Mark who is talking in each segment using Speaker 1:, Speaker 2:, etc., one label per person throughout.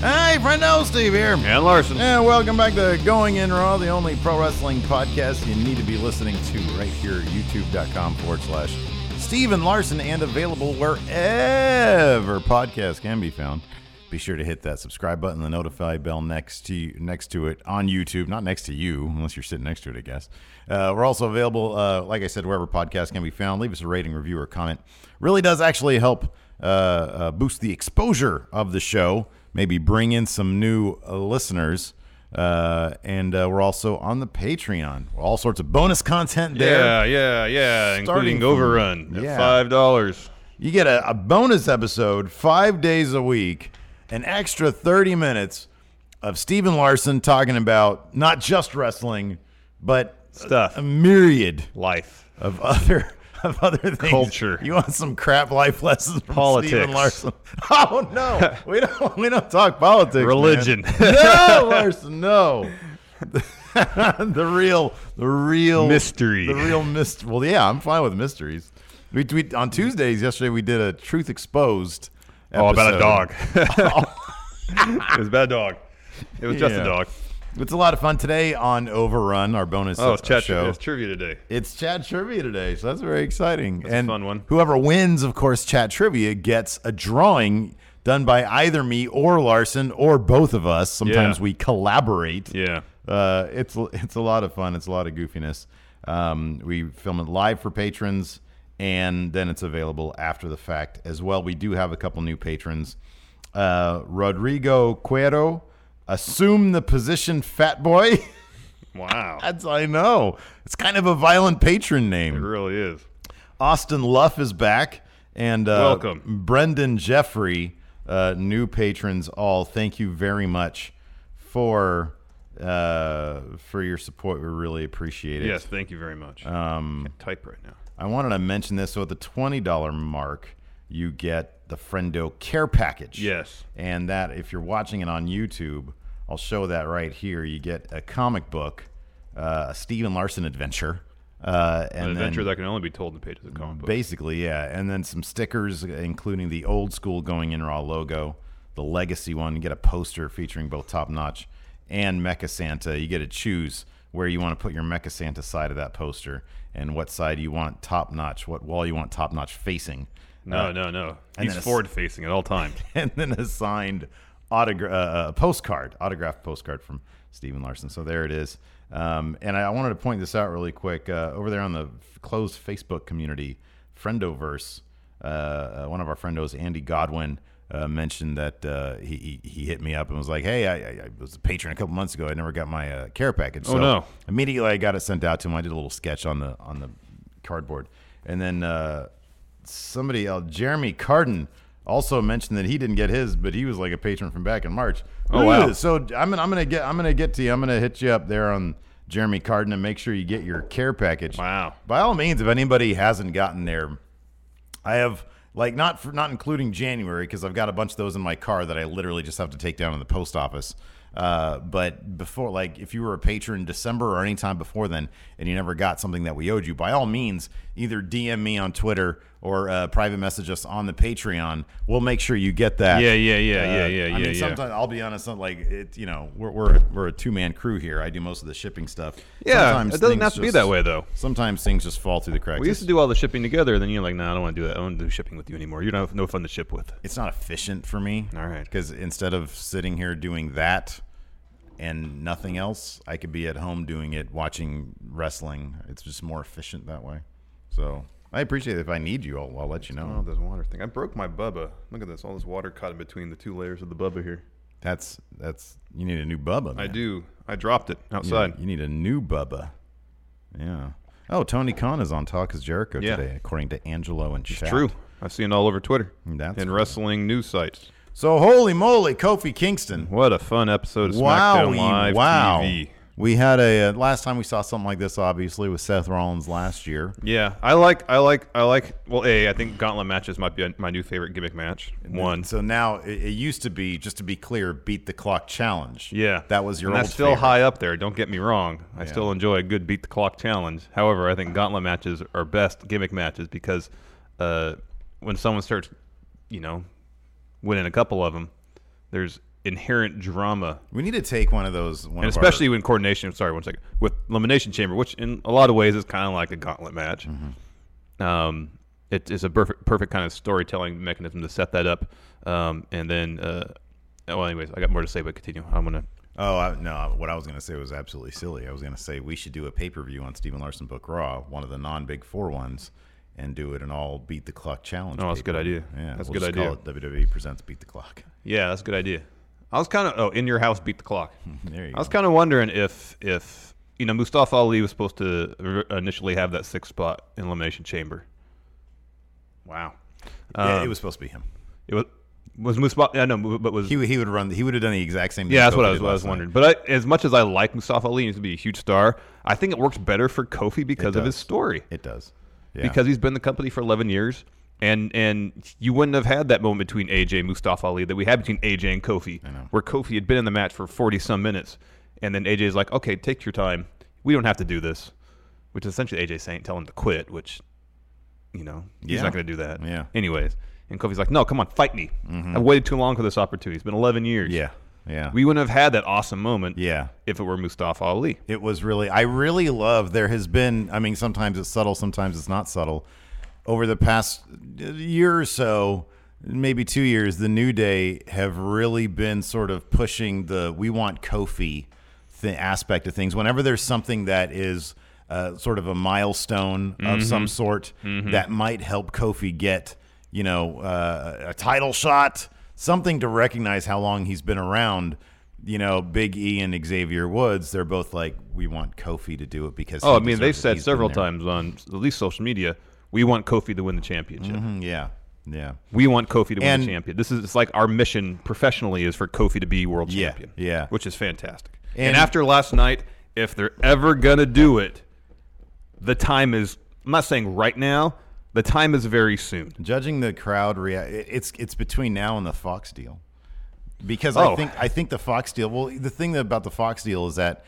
Speaker 1: Hey, friend L. Steve here.
Speaker 2: And Larson.
Speaker 1: And welcome back to Going In Raw, the only pro wrestling podcast you need to be listening to right here, youtube.com forward slash Steven Larson, and available wherever podcasts can be found. Be sure to hit that subscribe button, the notify bell next to you, next to it on YouTube, not next to you, unless you're sitting next to it, I guess. Uh, we're also available, uh, like I said, wherever podcasts can be found. Leave us a rating, review, or comment. Really does actually help uh, boost the exposure of the show maybe bring in some new uh, listeners. Uh, and uh, we're also on the Patreon. All sorts of bonus content
Speaker 2: Yeah,
Speaker 1: there.
Speaker 2: yeah, yeah.
Speaker 1: Starting
Speaker 2: Including
Speaker 1: from-
Speaker 2: Overrun
Speaker 1: Yeah.
Speaker 2: at five dollars.
Speaker 1: You get a, a bonus episode five days a week, an extra 30 minutes of Steven Larson talking about not just wrestling, but
Speaker 2: Stuff.
Speaker 1: a myriad
Speaker 2: Life.
Speaker 1: of other. Of other things,
Speaker 2: Culture.
Speaker 1: You want some crap life lessons from Steven
Speaker 2: Politics.
Speaker 1: Larson? Oh no, we don't. We don't talk politics. man.
Speaker 2: Religion.
Speaker 1: no, Larson, no. the real, the real
Speaker 2: Mystery.
Speaker 1: The real mystery. Well, yeah, I'm fine with mysteries. We, we on Tuesdays yesterday we did a truth exposed.
Speaker 2: Oh, about a dog.
Speaker 1: episode.
Speaker 2: it was about a dog. It was just
Speaker 1: Yeah.
Speaker 2: a dog.
Speaker 1: It's a lot of fun today on Overrun, our bonus
Speaker 2: Oh,
Speaker 1: uh,
Speaker 2: it's chat
Speaker 1: show.
Speaker 2: it's trivia today.
Speaker 1: It's Chad Trivia today, so that's very exciting.
Speaker 2: a
Speaker 1: and
Speaker 2: fun one.
Speaker 1: Whoever wins, of course, Chad Trivia gets a drawing done by either me or Larson or both of us. Sometimes
Speaker 2: Yeah.
Speaker 1: we collaborate.
Speaker 2: Yeah.
Speaker 1: Uh, it's it's a lot of fun. It's a lot of goofiness. Um, we film it live for patrons, and then it's available after the fact as well. We do have a couple new patrons. Uh, Rodrigo Cuero, assume the position, fat boy.
Speaker 2: Wow.
Speaker 1: That's I know. It's kind of a violent patron
Speaker 2: it
Speaker 1: name.
Speaker 2: really is.
Speaker 1: Austin Luff is back, and uh,
Speaker 2: Welcome.
Speaker 1: Brendan Jeffrey, uh, new patrons all. Thank you very much for uh, for your support. We really appreciate it.
Speaker 2: Yes, thank you very much. Um, Can't type right now.
Speaker 1: I wanted to mention this. So at the twenty dollar mark, you get the Friendo Care Package.
Speaker 2: Yes.
Speaker 1: and that if you're watching it on YouTube, I'll show that right here. You get a comic book, uh, a Steven Larson adventure, uh, and
Speaker 2: An
Speaker 1: then-
Speaker 2: adventure that can only be told in the pages of a comic book.
Speaker 1: Basically, yeah. And then some stickers, including the old school Going In Raw logo, the legacy one. You get a poster featuring both Top Notch and Mecha Santa. You get to choose where you want to put your Mecha Santa side of that poster and what side you want Top Notch, what wall you want Top Notch facing.
Speaker 2: no, no, no.
Speaker 1: uh, and
Speaker 2: He's
Speaker 1: then a s-
Speaker 2: forward facing at all times.
Speaker 1: And then a signed autogra- uh, a postcard, autographed postcard from Steven Larson. So there it is. Um, and I, I wanted to point this out really quick. Uh, over there on the f- closed Facebook community, Friendoverse, uh, uh, one of our friendos, Andy Godwin, uh, mentioned that uh, he, he he hit me up and was like, "Hey, I, I, I was a patron a couple months ago. I never got my uh, care package.
Speaker 2: Oh, no.
Speaker 1: Immediately, I got it sent out to him. I did a little sketch on the on the cardboard, and then uh, somebody else, Jeremy Cardin, also mentioned that he didn't get his, but he was like a patron from back in March.
Speaker 2: Oh, wow.
Speaker 1: Ooh, So I'm gonna, I'm gonna get I'm gonna get to you. I'm gonna hit you up there on Jeremy Cardin and make sure you get your care package.
Speaker 2: Wow.
Speaker 1: By all means, if anybody hasn't gotten there, I have like not for, not including January because I've got a bunch of those in my car that I literally just have to take down to the post office. Uh, but before, like, if you were a patron in December or any time before then, and you never got something that we owed you, by all means, either DM me on Twitter or uh, private message us on the Patreon. We'll make sure you get that. Uh,
Speaker 2: Yeah, yeah, yeah, yeah, yeah,
Speaker 1: I
Speaker 2: yeah,
Speaker 1: mean,
Speaker 2: yeah.
Speaker 1: sometimes I'll be honest, like it, you know, we're we're, we're a two man crew here. I do most of the shipping stuff.
Speaker 2: Yeah,
Speaker 1: Sometimes
Speaker 2: it doesn't
Speaker 1: things
Speaker 2: have to be that way, though.
Speaker 1: Sometimes things just fall through the cracks.
Speaker 2: We used to do all the shipping together, and then you're like, "No, I don't want to do that. I don't want to do shipping with you anymore. You don't have no fun to ship with."
Speaker 1: it's not efficient for me.
Speaker 2: All right.
Speaker 1: Because instead of sitting here doing that and nothing else, I could be at home doing it, watching wrestling. It's just more efficient that way. So I appreciate it. If I need you, I'll, I'll let you
Speaker 2: Oh,
Speaker 1: know.
Speaker 2: this water thing. I broke my bubba. Look at this. All this water caught in between the two layers of the bubba here.
Speaker 1: That's that's you need a new Bubba.
Speaker 2: I
Speaker 1: man.
Speaker 2: do. I dropped it
Speaker 1: You-
Speaker 2: outside.
Speaker 1: You need a new Bubba. Yeah. Oh, Tony Khan is on Talk is Jericho
Speaker 2: Yeah.
Speaker 1: today, according to Angelo and Chat.
Speaker 2: True. I've seen it all over Twitter
Speaker 1: That's
Speaker 2: and
Speaker 1: cool.
Speaker 2: wrestling news sites.
Speaker 1: So holy moly, Kofi Kingston.
Speaker 2: What a fun episode of SmackDown
Speaker 1: Wow!
Speaker 2: Live
Speaker 1: wow.
Speaker 2: TV.
Speaker 1: We had a uh, last time we saw something like this, obviously, with Seth Rollins last year.
Speaker 2: Yeah, I like, I like, I like. Well, a, I think gauntlet matches might be my new favorite gimmick match. One,
Speaker 1: So now it, it used to be, just to be clear, beat the clock challenge.
Speaker 2: yeah,
Speaker 1: that was your
Speaker 2: And
Speaker 1: old.
Speaker 2: that's still
Speaker 1: favorite.
Speaker 2: high up there. Don't get me wrong. I still enjoy a good beat the clock challenge. However, I think gauntlet matches are best gimmick matches because uh, when someone starts, you know, winning a couple of them, there's inherent drama
Speaker 1: We need to take one of those, one of
Speaker 2: and
Speaker 1: our-
Speaker 2: especially when coordination. Sorry, one second. With elimination chamber, which in a lot of ways is kind of like a gauntlet match.
Speaker 1: Mm-hmm.
Speaker 2: Um, it is a perfect, perfect kind of storytelling mechanism to set that up. Um, and then, uh, well, anyways, I got more to say, but continue. I'm gonna.
Speaker 1: Oh I, no! What I was going to say was absolutely silly. I was going to say we should do a pay per view on Stephen Larson Book Raw, one of the non Big Four ones, and do it an all beat the clock challenge.
Speaker 2: Oh, that's a good
Speaker 1: pay-per-view.
Speaker 2: idea.
Speaker 1: Yeah,
Speaker 2: That's a
Speaker 1: we'll
Speaker 2: good
Speaker 1: just call
Speaker 2: idea.
Speaker 1: it WWE presents Beat the Clock.
Speaker 2: Yeah, that's a good idea. I was kind of oh, in your house, beat the clock.
Speaker 1: There you
Speaker 2: I was
Speaker 1: go.
Speaker 2: kind of wondering if if you know Mustafa Ali was supposed to r- initially have that sixth spot in elimination chamber. Wow.
Speaker 1: yeah,
Speaker 2: Um,
Speaker 1: it was supposed to be him.
Speaker 2: It was was Mustafa. I know, but was
Speaker 1: He would- he would run. He would have done the exact same. thing
Speaker 2: Yeah, that's what
Speaker 1: Kofi
Speaker 2: I was,
Speaker 1: did
Speaker 2: what I
Speaker 1: last
Speaker 2: was
Speaker 1: night.
Speaker 2: wondering. But I, as much as I like Mustafa Ali, he's to be a huge star. I think it works better for Kofi because of his
Speaker 1: does.
Speaker 2: story,
Speaker 1: It does. Yeah.
Speaker 2: because he's been in the company for 11 years, and and you wouldn't have had that moment between AJ and Mustafa Ali that we had between AJ and Kofi, where Kofi had been in the match for 40 some minutes, and then AJ is like, okay, take your time. We don't have to do this, which is essentially AJ saying, tell him to quit, which, you know, he's
Speaker 1: Yeah.
Speaker 2: not going to do that.
Speaker 1: Yeah. Mm-hmm.
Speaker 2: Anyways, and Kofi's like, no, come on, fight me. I've waited too long for this opportunity. It's been 11 years.
Speaker 1: yeah, yeah,
Speaker 2: We wouldn't have had that awesome moment
Speaker 1: yeah.
Speaker 2: if it were Mustafa Ali.
Speaker 1: It was really. I really love. There has been. I mean, sometimes it's subtle, sometimes it's not subtle. Over the past year or so, maybe two years, the New Day have really been sort of pushing the "we want Kofi" th- aspect of things. Whenever there's something that is uh, sort of a milestone of some sort that might help Kofi get, you know, uh, a title shot, something to recognize how long he's been around. You know, Big E and Xavier Woods, they're both like, we want Kofi to do it because.
Speaker 2: Oh,
Speaker 1: he
Speaker 2: I mean,
Speaker 1: deserves
Speaker 2: they've
Speaker 1: it.
Speaker 2: said
Speaker 1: He's been
Speaker 2: several
Speaker 1: there."
Speaker 2: times on at least social media, we want Kofi to win the championship.
Speaker 1: Mm, Yeah, yeah,
Speaker 2: We want Kofi to win
Speaker 1: And-
Speaker 2: the champion. This is it's like our mission professionally is for Kofi to be world
Speaker 1: Yeah,
Speaker 2: champion.
Speaker 1: yeah.
Speaker 2: Which is fantastic. And,
Speaker 1: And-
Speaker 2: after last night, if they're ever gonna do it, the time is I'm not saying right now, the time is very soon.
Speaker 1: Judging the crowd react, it's it's between now and the Fox deal, because I
Speaker 2: Oh.
Speaker 1: think I think the Fox deal. Well, the thing about the Fox deal is that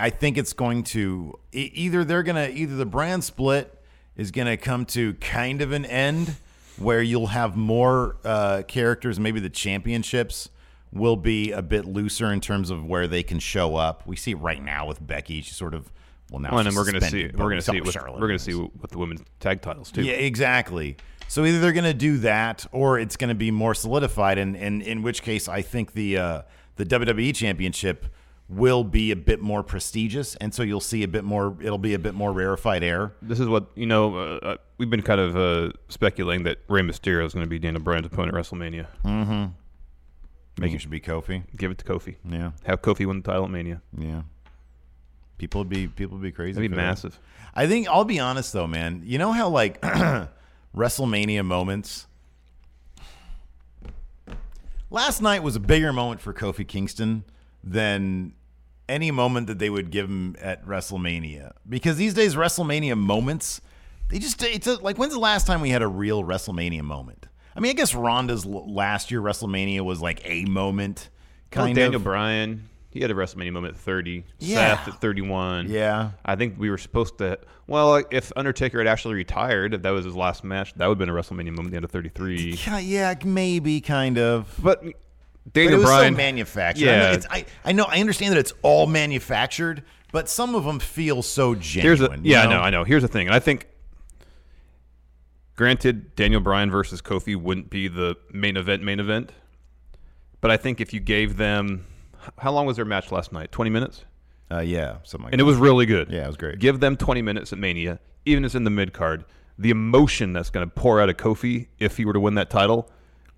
Speaker 1: I think it's going to e- either they're gonna either the brand split is gonna come to kind of an end where you'll have more uh, characters. Maybe the championships will be a bit looser in terms of where they can show up. We see it right now with Becky. She sort of well now.
Speaker 2: Oh, and then
Speaker 1: she's
Speaker 2: we're gonna see
Speaker 1: suspended, but
Speaker 2: we're
Speaker 1: we
Speaker 2: gonna
Speaker 1: saw
Speaker 2: see it with,
Speaker 1: Charlotte
Speaker 2: we're gonna
Speaker 1: and
Speaker 2: see with the women's tag titles too.
Speaker 1: yeah, exactly. So either they're going to do that, or it's going to be more solidified, and, and in which case, I think the uh, the WWE Championship will be a bit more prestigious, and so you'll see a bit more. It'll be a bit more rarefied air.
Speaker 2: This is what you know. Uh, uh, we've been kind of uh, speculating that Rey Mysterio is going to be Daniel Bryan's opponent at WrestleMania.
Speaker 1: Making should be Kofi.
Speaker 2: Give it to Kofi.
Speaker 1: Yeah,
Speaker 2: Have Kofi win the title at Mania.
Speaker 1: yeah. People would be people would be crazy.
Speaker 2: That'd be
Speaker 1: for that.
Speaker 2: massive.
Speaker 1: I think I'll be honest though, man. You know how like WrestleMania moments. Last night was a bigger moment for Kofi Kingston than any moment that they would give him at WrestleMania because these days WrestleMania moments they just it's a, like when's the last time we had a real WrestleMania moment? I mean, I guess Ronda's l- last year WrestleMania was like a moment
Speaker 2: Kind
Speaker 1: kind
Speaker 2: Daniel
Speaker 1: of
Speaker 2: Bryan. He had a WrestleMania moment at 30.
Speaker 1: Yeah.
Speaker 2: Seth at 31.
Speaker 1: Yeah.
Speaker 2: I think we were supposed to. Well, if Undertaker had actually retired, if that was his last match, that would have been a WrestleMania moment at the end of 33.
Speaker 1: Yeah, yeah, maybe kind of.
Speaker 2: But
Speaker 1: But
Speaker 2: Daniel
Speaker 1: it was
Speaker 2: Bryan.
Speaker 1: so manufactured. I, know
Speaker 2: Yeah.
Speaker 1: it's, I, I know. I understand that it's all manufactured, but some of them feel so genuine.
Speaker 2: Here's the
Speaker 1: you
Speaker 2: yeah,
Speaker 1: know?
Speaker 2: I know, I know. Here's the thing, and I think, granted, Daniel Bryan versus Kofi wouldn't be the main event, main event, but I think if you gave them How long was their match last night? 20 minutes?
Speaker 1: Uh, yeah, something like
Speaker 2: And it
Speaker 1: that.
Speaker 2: was really good.
Speaker 1: Yeah, it was great.
Speaker 2: Give them 20 minutes at Mania, even if it's in the mid card. The emotion that's going to pour out of Kofi if he were to win that title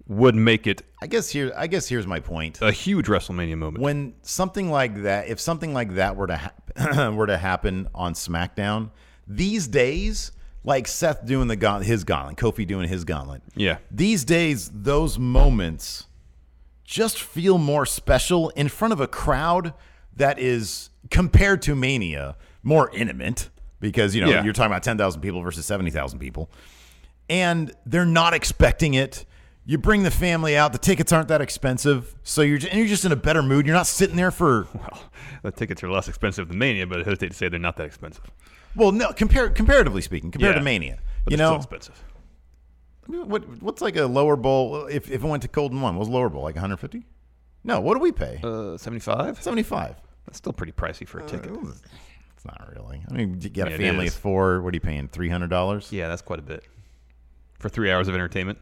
Speaker 2: would make it
Speaker 1: I guess here. I guess here's my point.
Speaker 2: a huge WrestleMania moment.
Speaker 1: When something like that, if something like that were to hap- were to happen on SmackDown these days, like Seth doing the gaunt- his gauntlet, Kofi doing his gauntlet,
Speaker 2: yeah.
Speaker 1: these days those moments just feel more special in front of a crowd that is compared to mania more intimate because you know
Speaker 2: Yeah.
Speaker 1: you're talking about 10,000 people versus 70,000 people and they're not expecting it you bring the family out the tickets aren't that expensive so you're just, and you're just in a better mood you're not sitting there for
Speaker 2: The tickets are less expensive than Mania, but I hesitate to say they're not that expensive.
Speaker 1: well no compare comparatively speaking compared
Speaker 2: Yeah.
Speaker 1: to mania
Speaker 2: But
Speaker 1: you
Speaker 2: they're still
Speaker 1: know
Speaker 2: expensive.
Speaker 1: what what's like a lower bowl if, if it went to Golden One what's lower bowl like 150 no what do we pay
Speaker 2: Uh, 75?
Speaker 1: 75
Speaker 2: That's still pretty pricey for a ticket.
Speaker 1: It's not really. I mean, you got a
Speaker 2: I mean, it
Speaker 1: family
Speaker 2: is.
Speaker 1: of four. What are you paying? Three hundred dollars.
Speaker 2: Yeah, that's quite a bit. For three hours of entertainment,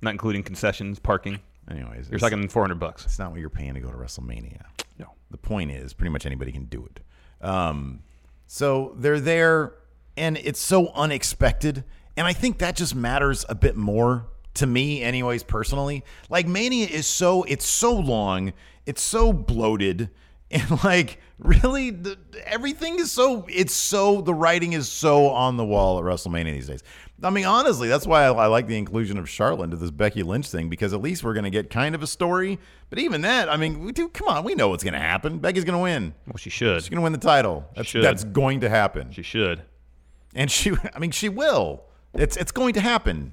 Speaker 2: not including concessions, parking.
Speaker 1: Anyways,
Speaker 2: You're
Speaker 1: it's,
Speaker 2: talking 400 bucks.
Speaker 1: it's not what you're paying to go to WrestleMania.
Speaker 2: No.
Speaker 1: The point is, pretty much anybody can do it. Um, so they're there, and it's so unexpected, and I think that just matters a bit more to me, anyways, personally. Like Mania is so it's so long, it's so bloated, and like really, the, everything is so it's so the writing is so on the wall at WrestleMania these days. I mean, honestly, that's why I, I like the inclusion of Charlotte into this Becky Lynch thing because at least we're going to get kind of a story. But even that, I mean, we do, come on, we know what's going to happen. Becky's going to win.
Speaker 2: Well, she should.
Speaker 1: She's going to win the title. That's,
Speaker 2: Should.
Speaker 1: that's going to happen.
Speaker 2: She should.
Speaker 1: And she, I mean, she will. It's it's going to happen.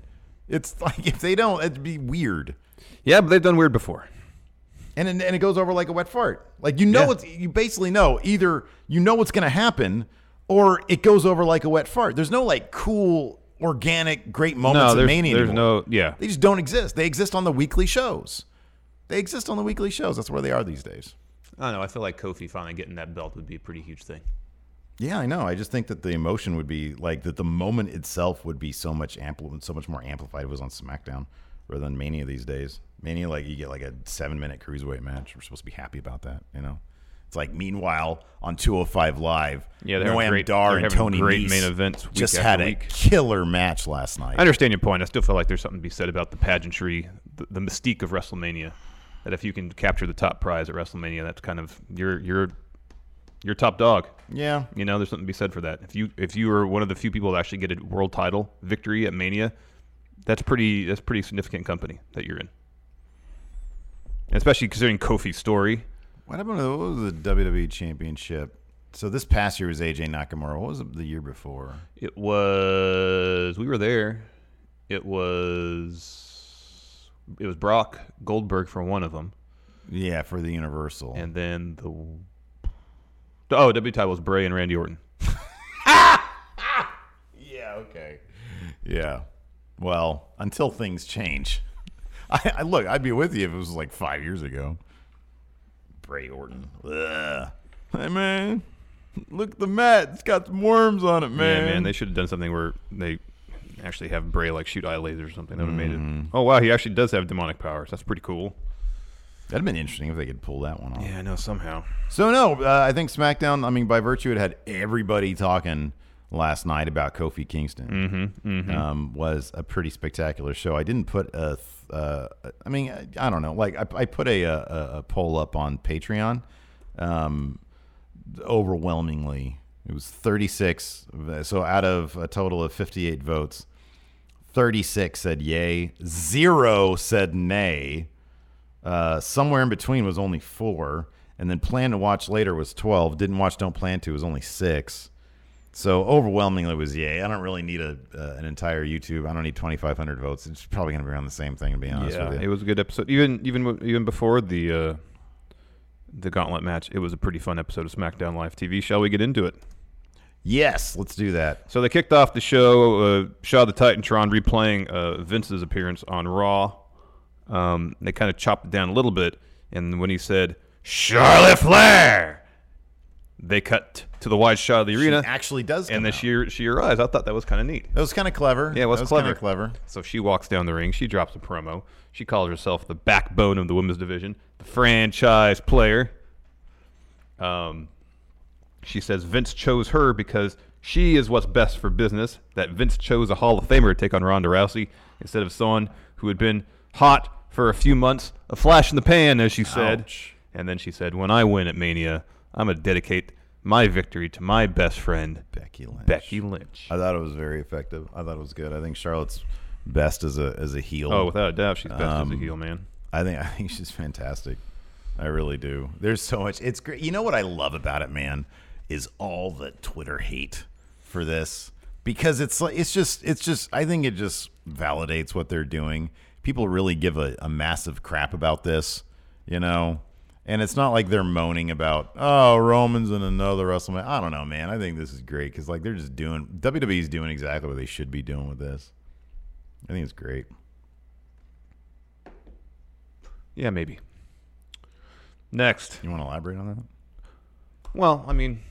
Speaker 1: It's like if they don't, it'd be weird.
Speaker 2: Yeah, but they've done weird before.
Speaker 1: And and and it goes over like a wet fart. Like you know,
Speaker 2: Yeah.
Speaker 1: it's you basically know either you know what's going to happen, or it goes over like a wet fart. There's no like cool, organic, great moments
Speaker 2: no,
Speaker 1: in
Speaker 2: there's,
Speaker 1: Mania.
Speaker 2: there's
Speaker 1: anymore.
Speaker 2: no. Yeah.
Speaker 1: They just don't exist. They exist on the weekly shows. They exist on the weekly shows. That's where they are these days.
Speaker 2: I don't know. I feel like Kofi finally getting that belt would be a pretty huge thing.
Speaker 1: Yeah, I know. I just think that the emotion would be like that. The moment itself would be so much ampli- so much more amplified. If it was on SmackDown rather than Mania these days. Mania, like you get like a seven minute cruiserweight match. We're supposed to be happy about that, you know. It's like meanwhile on 205 Live,
Speaker 2: Yeah, they're having
Speaker 1: Noam
Speaker 2: great-
Speaker 1: Dar
Speaker 2: they're
Speaker 1: and
Speaker 2: having
Speaker 1: Tony
Speaker 2: great
Speaker 1: Nese
Speaker 2: main events week
Speaker 1: just
Speaker 2: after
Speaker 1: had a
Speaker 2: week.
Speaker 1: killer match last
Speaker 2: I
Speaker 1: night.
Speaker 2: understand your point. I still feel like there's something to be said about the pageantry, the, the mystique of WrestleMania. That if you can capture the top prize at WrestleMania, that's kind of your your your top dog.
Speaker 1: Yeah,
Speaker 2: You know, there's something to be said for that. If you if you are one of the few people that actually get a world title victory at Mania, that's pretty that's pretty significant company that you're in. And especially considering Kofi's story.
Speaker 1: What happened to what was the WWE Championship? So this past year was AJ Nakamura. What was it the year before?
Speaker 2: It was we were there. It was it was Brock Goldberg for one of them,
Speaker 1: Yeah, for the Universal.
Speaker 2: and then the oh W title was Bray and Randy Orton.
Speaker 1: yeah, okay. Yeah. Well, until things change. I, I look, I'd be with you if it was like five years ago. Bray Orton. Ugh. Hey man. Look at the mat. It's got some worms on it, man.
Speaker 2: Yeah, man, they should have done something where they actually have Bray like shoot eye lasers or something. That would have made it. Oh wow, he actually does have demonic powers. That's pretty cool.
Speaker 1: That'd have been interesting if they could pull that one off.
Speaker 2: I know somehow.
Speaker 1: So no, uh, I think SmackDown. I mean, by virtue, it had everybody talking last night about Kofi Kingston. Mm-hmm, Um, was a pretty spectacular show. I didn't put a. Th- uh, I mean, I, I don't know. Like I, I put a, a a poll up on Patreon. Um, overwhelmingly, it was 36. So out of a total of 58 votes, 36 said yay, zero said nay. Uh, somewhere in between was only four, and then plan to watch later was twelve. Didn't watch, don't plan to was only six. So overwhelmingly was yay. I don't really need a uh, an entire YouTube. I don't need twenty five hundred votes. It's probably gonna be around the same thing to be honest
Speaker 2: Yeah,
Speaker 1: with
Speaker 2: it
Speaker 1: you.
Speaker 2: was a good episode. Even even w- even before the uh, the gauntlet match, it was a pretty fun episode of SmackDown Live TV. Shall we get into it?
Speaker 1: yes, let's do that.
Speaker 2: So they kicked off the show. Uh, Shaw the Titantron replaying uh, Vince's appearance on Raw. Um, they kind of chopped it down a little bit, and when he said Charlotte Flair, They cut to the wide shot of the arena,
Speaker 1: actually does come
Speaker 2: and then
Speaker 1: out.
Speaker 2: she she arrives. I thought that was kind of neat.
Speaker 1: That was kind of clever.
Speaker 2: Yeah, it was,
Speaker 1: that was
Speaker 2: clever.
Speaker 1: Kinda clever.
Speaker 2: So she walks down the ring. She drops a promo. She calls herself the backbone of the women's division, the franchise player. Um, she says Vince chose her because she is what's best for business. That Vince chose a Hall of Famer to take on Ronda Rousey instead of someone who had been hot for a few months, a flash in the pan, as she said.
Speaker 1: Ouch.
Speaker 2: And then she said, "When I win at Mania, I'm gonna dedicate my victory to my best friend,
Speaker 1: Becky Lynch.
Speaker 2: Becky Lynch."
Speaker 1: I thought it was very effective. I thought it was good. I think Charlotte's best as a as a heel.
Speaker 2: Oh, without a doubt, she's best as
Speaker 1: Um,
Speaker 2: a heel, man.
Speaker 1: I think I think she's fantastic. I really do. There's so much. It's great. You know what I love about it, man, is all the Twitter hate for this because it's like it's just it's just I think it just validates what they're doing. People really give a, a massive crap about this, you know. And it's not like they're moaning about oh Romans and another WrestleMania. I don't know, man. I think this is great because like they're just doing WWE's doing exactly what they should be doing with this. I think it's great.
Speaker 2: Yeah, maybe. Next.
Speaker 1: You want to elaborate on that?
Speaker 2: Well, I mean,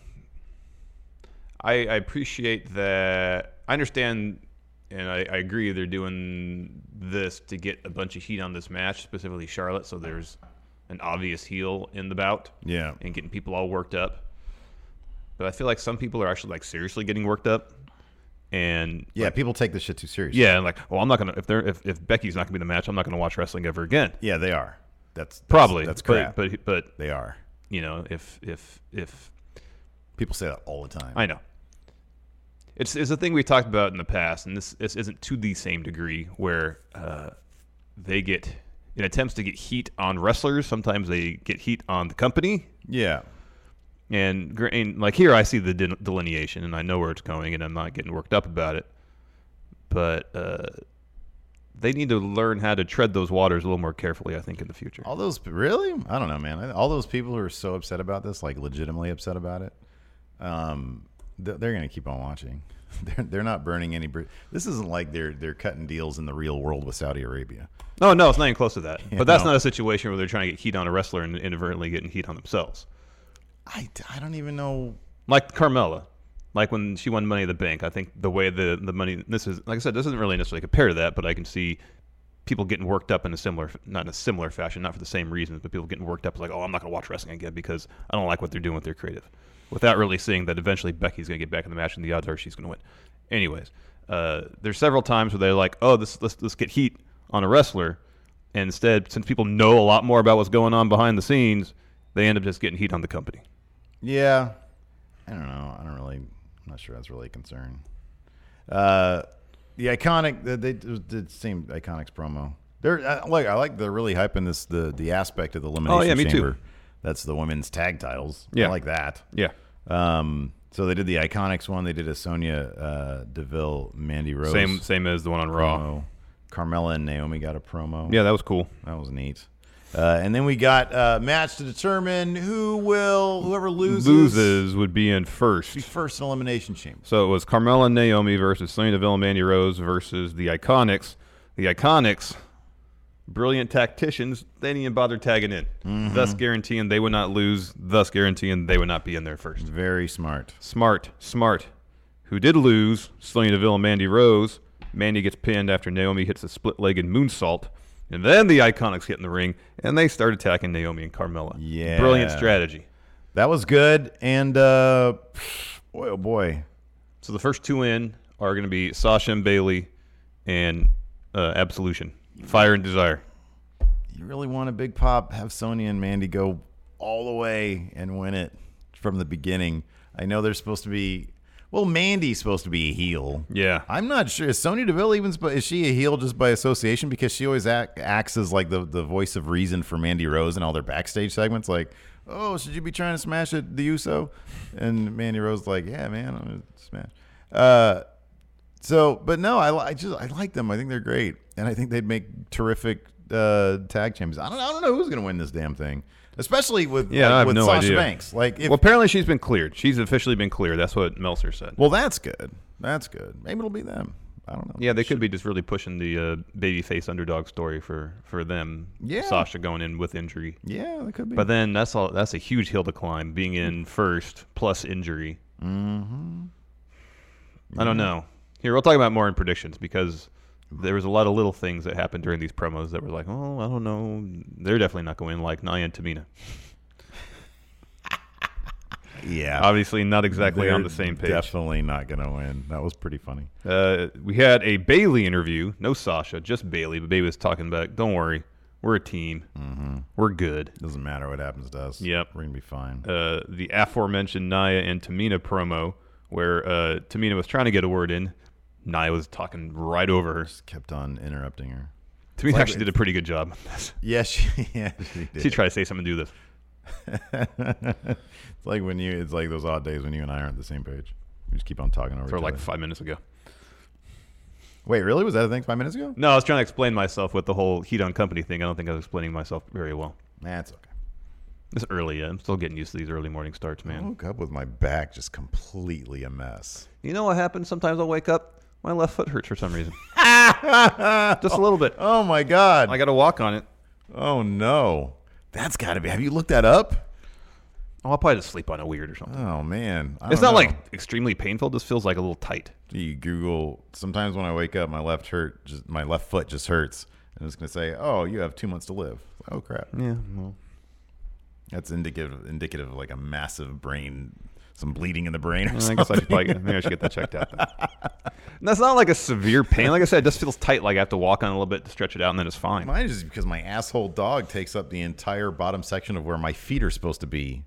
Speaker 2: I, I appreciate that. I understand and I, I agree they're doing this to get a bunch of heat on this match, specifically Charlotte. So there's an obvious heel in the bout
Speaker 1: Yeah.
Speaker 2: and getting people all worked up. But I feel like some people are actually like seriously getting worked up. And
Speaker 1: Yeah, people take this shit too seriously.
Speaker 2: yeah, like, well, I'm not gonna if they're if, if Becky's not gonna be in the match, I'm not gonna watch wrestling ever again.
Speaker 1: yeah, they are. That's, that's
Speaker 2: Probably.
Speaker 1: that's
Speaker 2: but-
Speaker 1: crap.
Speaker 2: But but
Speaker 1: they are.
Speaker 2: you know, if if if
Speaker 1: People say that all the time.
Speaker 2: I know. It's, it's a thing we've talked about in the past, and this, this isn't to the same degree where uh, they get, in attempts to get heat on wrestlers, sometimes they get heat on the company.
Speaker 1: yeah,
Speaker 2: And, gr- and like here, I see the de- delineation, and I know where it's going, and I'm not getting worked up about it. But uh, they need to learn how to tread those waters a little more carefully, I think, in the future.
Speaker 1: all those really. I don't know, man. I- All those people who are so upset about this, like legitimately upset about it, um, th- they're gonna keep on watching. They're, they're not burning any. Bri- this isn't like they're they're cutting deals in the real world with Saudi Arabia.
Speaker 2: No, no, it's not even close to that. But that's
Speaker 1: No.
Speaker 2: not a situation where they're trying to get heat on a wrestler and inadvertently getting heat on themselves.
Speaker 1: I, I don't even know.
Speaker 2: like Carmella, like when she won Money in the Bank. I think the way the the money this is like I said, this isn't really necessarily compared to that, but I can see people getting worked up in a similar not in a similar fashion, not for the same reasons, but people getting worked up like, oh, I'm not gonna watch wrestling again because I don't like what they're doing with their creative, without really seeing that eventually Becky's gonna get back in the match and the odds are she's gonna win. Anyways, uh, there's several times where they're like, oh, this let's let's get heat on a wrestler. And instead, since people know a lot more about what's going on behind the scenes, they end up just getting heat on the company.
Speaker 1: Yeah, I don't know. I don't really. I'm not sure that's really a concern. Uh, the iconic. They, they did seem iconic's promo. They're uh, like I like they're really hyping this the the aspect of the elimination
Speaker 2: Oh, yeah, me too.
Speaker 1: chamber. That's the women's tag titles. I
Speaker 2: Yeah.
Speaker 1: like that.
Speaker 2: Yeah.
Speaker 1: Um, so they did the iconics one. They did a Sonya uh, Deville, Mandy Rose.
Speaker 2: Same same as the one on Raw.
Speaker 1: promo. Carmella and Naomi got a promo.
Speaker 2: Yeah, that was cool.
Speaker 1: That was neat. Uh, and then we got uh, match to determine who will whoever loses
Speaker 2: Loses would be in
Speaker 1: be
Speaker 2: first.
Speaker 1: first in elimination chamber.
Speaker 2: So it was Carmella and Naomi versus Sonya Deville and Mandy Rose versus the Iconics. The Iconics, brilliant tacticians, they didn't even bother tagging in,
Speaker 1: Mm-hmm.
Speaker 2: thus guaranteeing they would not lose, thus guaranteeing they would not be in there first.
Speaker 1: Very smart.
Speaker 2: Smart, smart. Who did lose? Sonya Deville and Mandy Rose. Mandy gets pinned after Naomi hits a split-legged moonsault, and then the Iconics get in the ring and they start attacking Naomi and Carmella.
Speaker 1: Yeah.
Speaker 2: brilliant strategy.
Speaker 1: That was good. And uh, boy, oh boy,
Speaker 2: So the first two in are going to be Sasha and Bailey, and uh, Absolution, Fire and Desire.
Speaker 1: you really want a big pop? Have Sonya and Mandy go all the way and win it from the beginning. I know they're supposed to be. Well, Mandy's supposed to be a heel.
Speaker 2: Yeah.
Speaker 1: I'm not sure. Is Sonya Deville even sp- is she a heel just by association? Because she always act, acts as like the, the voice of reason for Mandy Rose in all their backstage segments. Like, oh, should you be trying to smash it, the Uso? And Mandy Rose like, yeah, man, I'm gonna smash. Uh, so, but no, I, li- I just I like them. I think they're great, and I think they'd make terrific uh, tag champions. I don't I don't know who's gonna win this damn thing, especially with
Speaker 2: Yeah,
Speaker 1: like,
Speaker 2: I have
Speaker 1: with
Speaker 2: no
Speaker 1: Sasha
Speaker 2: idea.
Speaker 1: Banks. Like, if,
Speaker 2: well, apparently she's been cleared. She's officially been cleared. That's what Meltzer said.
Speaker 1: well, that's good. That's good. Maybe it'll be them. I don't know.
Speaker 2: Yeah, they could be just really pushing the uh, babyface underdog story for for them.
Speaker 1: Yeah.
Speaker 2: Sasha going in with injury,
Speaker 1: Yeah, they could be.
Speaker 2: but then that's all. That's a huge hill to climb. Being
Speaker 1: Mm-hmm.
Speaker 2: in first plus injury. Mm-hmm. I don't know. Here, we'll talk about more in predictions because
Speaker 1: Mm-hmm.
Speaker 2: there was a lot of little things that happened during these promos that were like, oh, I don't know. They're definitely not going like Nia and Tamina.
Speaker 1: yeah,
Speaker 2: Obviously, not exactly on
Speaker 1: they're
Speaker 2: the same page.
Speaker 1: Definitely not going to win. That was pretty funny.
Speaker 2: Uh, we had a Bailey interview. No Sasha, just Bailey. But Bailey was talking about, don't worry, we're a team. Mm-hmm. We're good.
Speaker 1: Doesn't matter what happens to us.
Speaker 2: Yep.
Speaker 1: we're gonna be fine.
Speaker 2: Uh, the aforementioned Naya and Tamina promo, where uh, Tamina was trying to get a word in. Naya was talking right over her.
Speaker 1: Just kept on interrupting her.
Speaker 2: Tamina
Speaker 1: like-
Speaker 2: actually did a pretty good job.
Speaker 1: Yeah, she, yeah, she did.
Speaker 2: she tried to say something to do this.
Speaker 1: it's like when you. It's like those odd days when you and I aren't on the same page. We just keep on talking over
Speaker 2: for
Speaker 1: each
Speaker 2: like
Speaker 1: other.
Speaker 2: five minutes ago.
Speaker 1: Wait, really? Was that a thing five minutes ago?
Speaker 2: No, I was trying to explain myself with the whole heat on company thing. I don't think I was explaining myself very well.
Speaker 1: That's okay.
Speaker 2: It's early. yet. I'm still getting used to these early morning starts,
Speaker 1: I
Speaker 2: man.
Speaker 1: woke up with my back just completely a mess.
Speaker 2: Oh. You know what happens? Sometimes I'll wake up, my left foot hurts for some reason. Just a little bit.
Speaker 1: Oh my god.
Speaker 2: I got to walk on it.
Speaker 1: oh no. That's got to be. Have you looked that up?
Speaker 2: Oh, I'll probably just sleep on it weird or something.
Speaker 1: Oh man. I
Speaker 2: it's not
Speaker 1: don't know.
Speaker 2: like extremely painful. It just feels like a little tight.
Speaker 1: you Google. Sometimes when I wake up, my left hurt. Just my left foot just hurts. And it's gonna say, "Oh, you have two months to live." Oh crap.
Speaker 2: Yeah.
Speaker 1: That's indicative indicative of like a massive brain, some bleeding in the brain or
Speaker 2: I
Speaker 1: something.
Speaker 2: guess I should probably maybe I should get that checked out. Then. And that's not like a severe pain. Like I said, it just feels tight. Like I have to walk on it a little bit to stretch it out, and then it's fine.
Speaker 1: Mine is because my asshole dog takes up the entire bottom section of where my feet are supposed to be.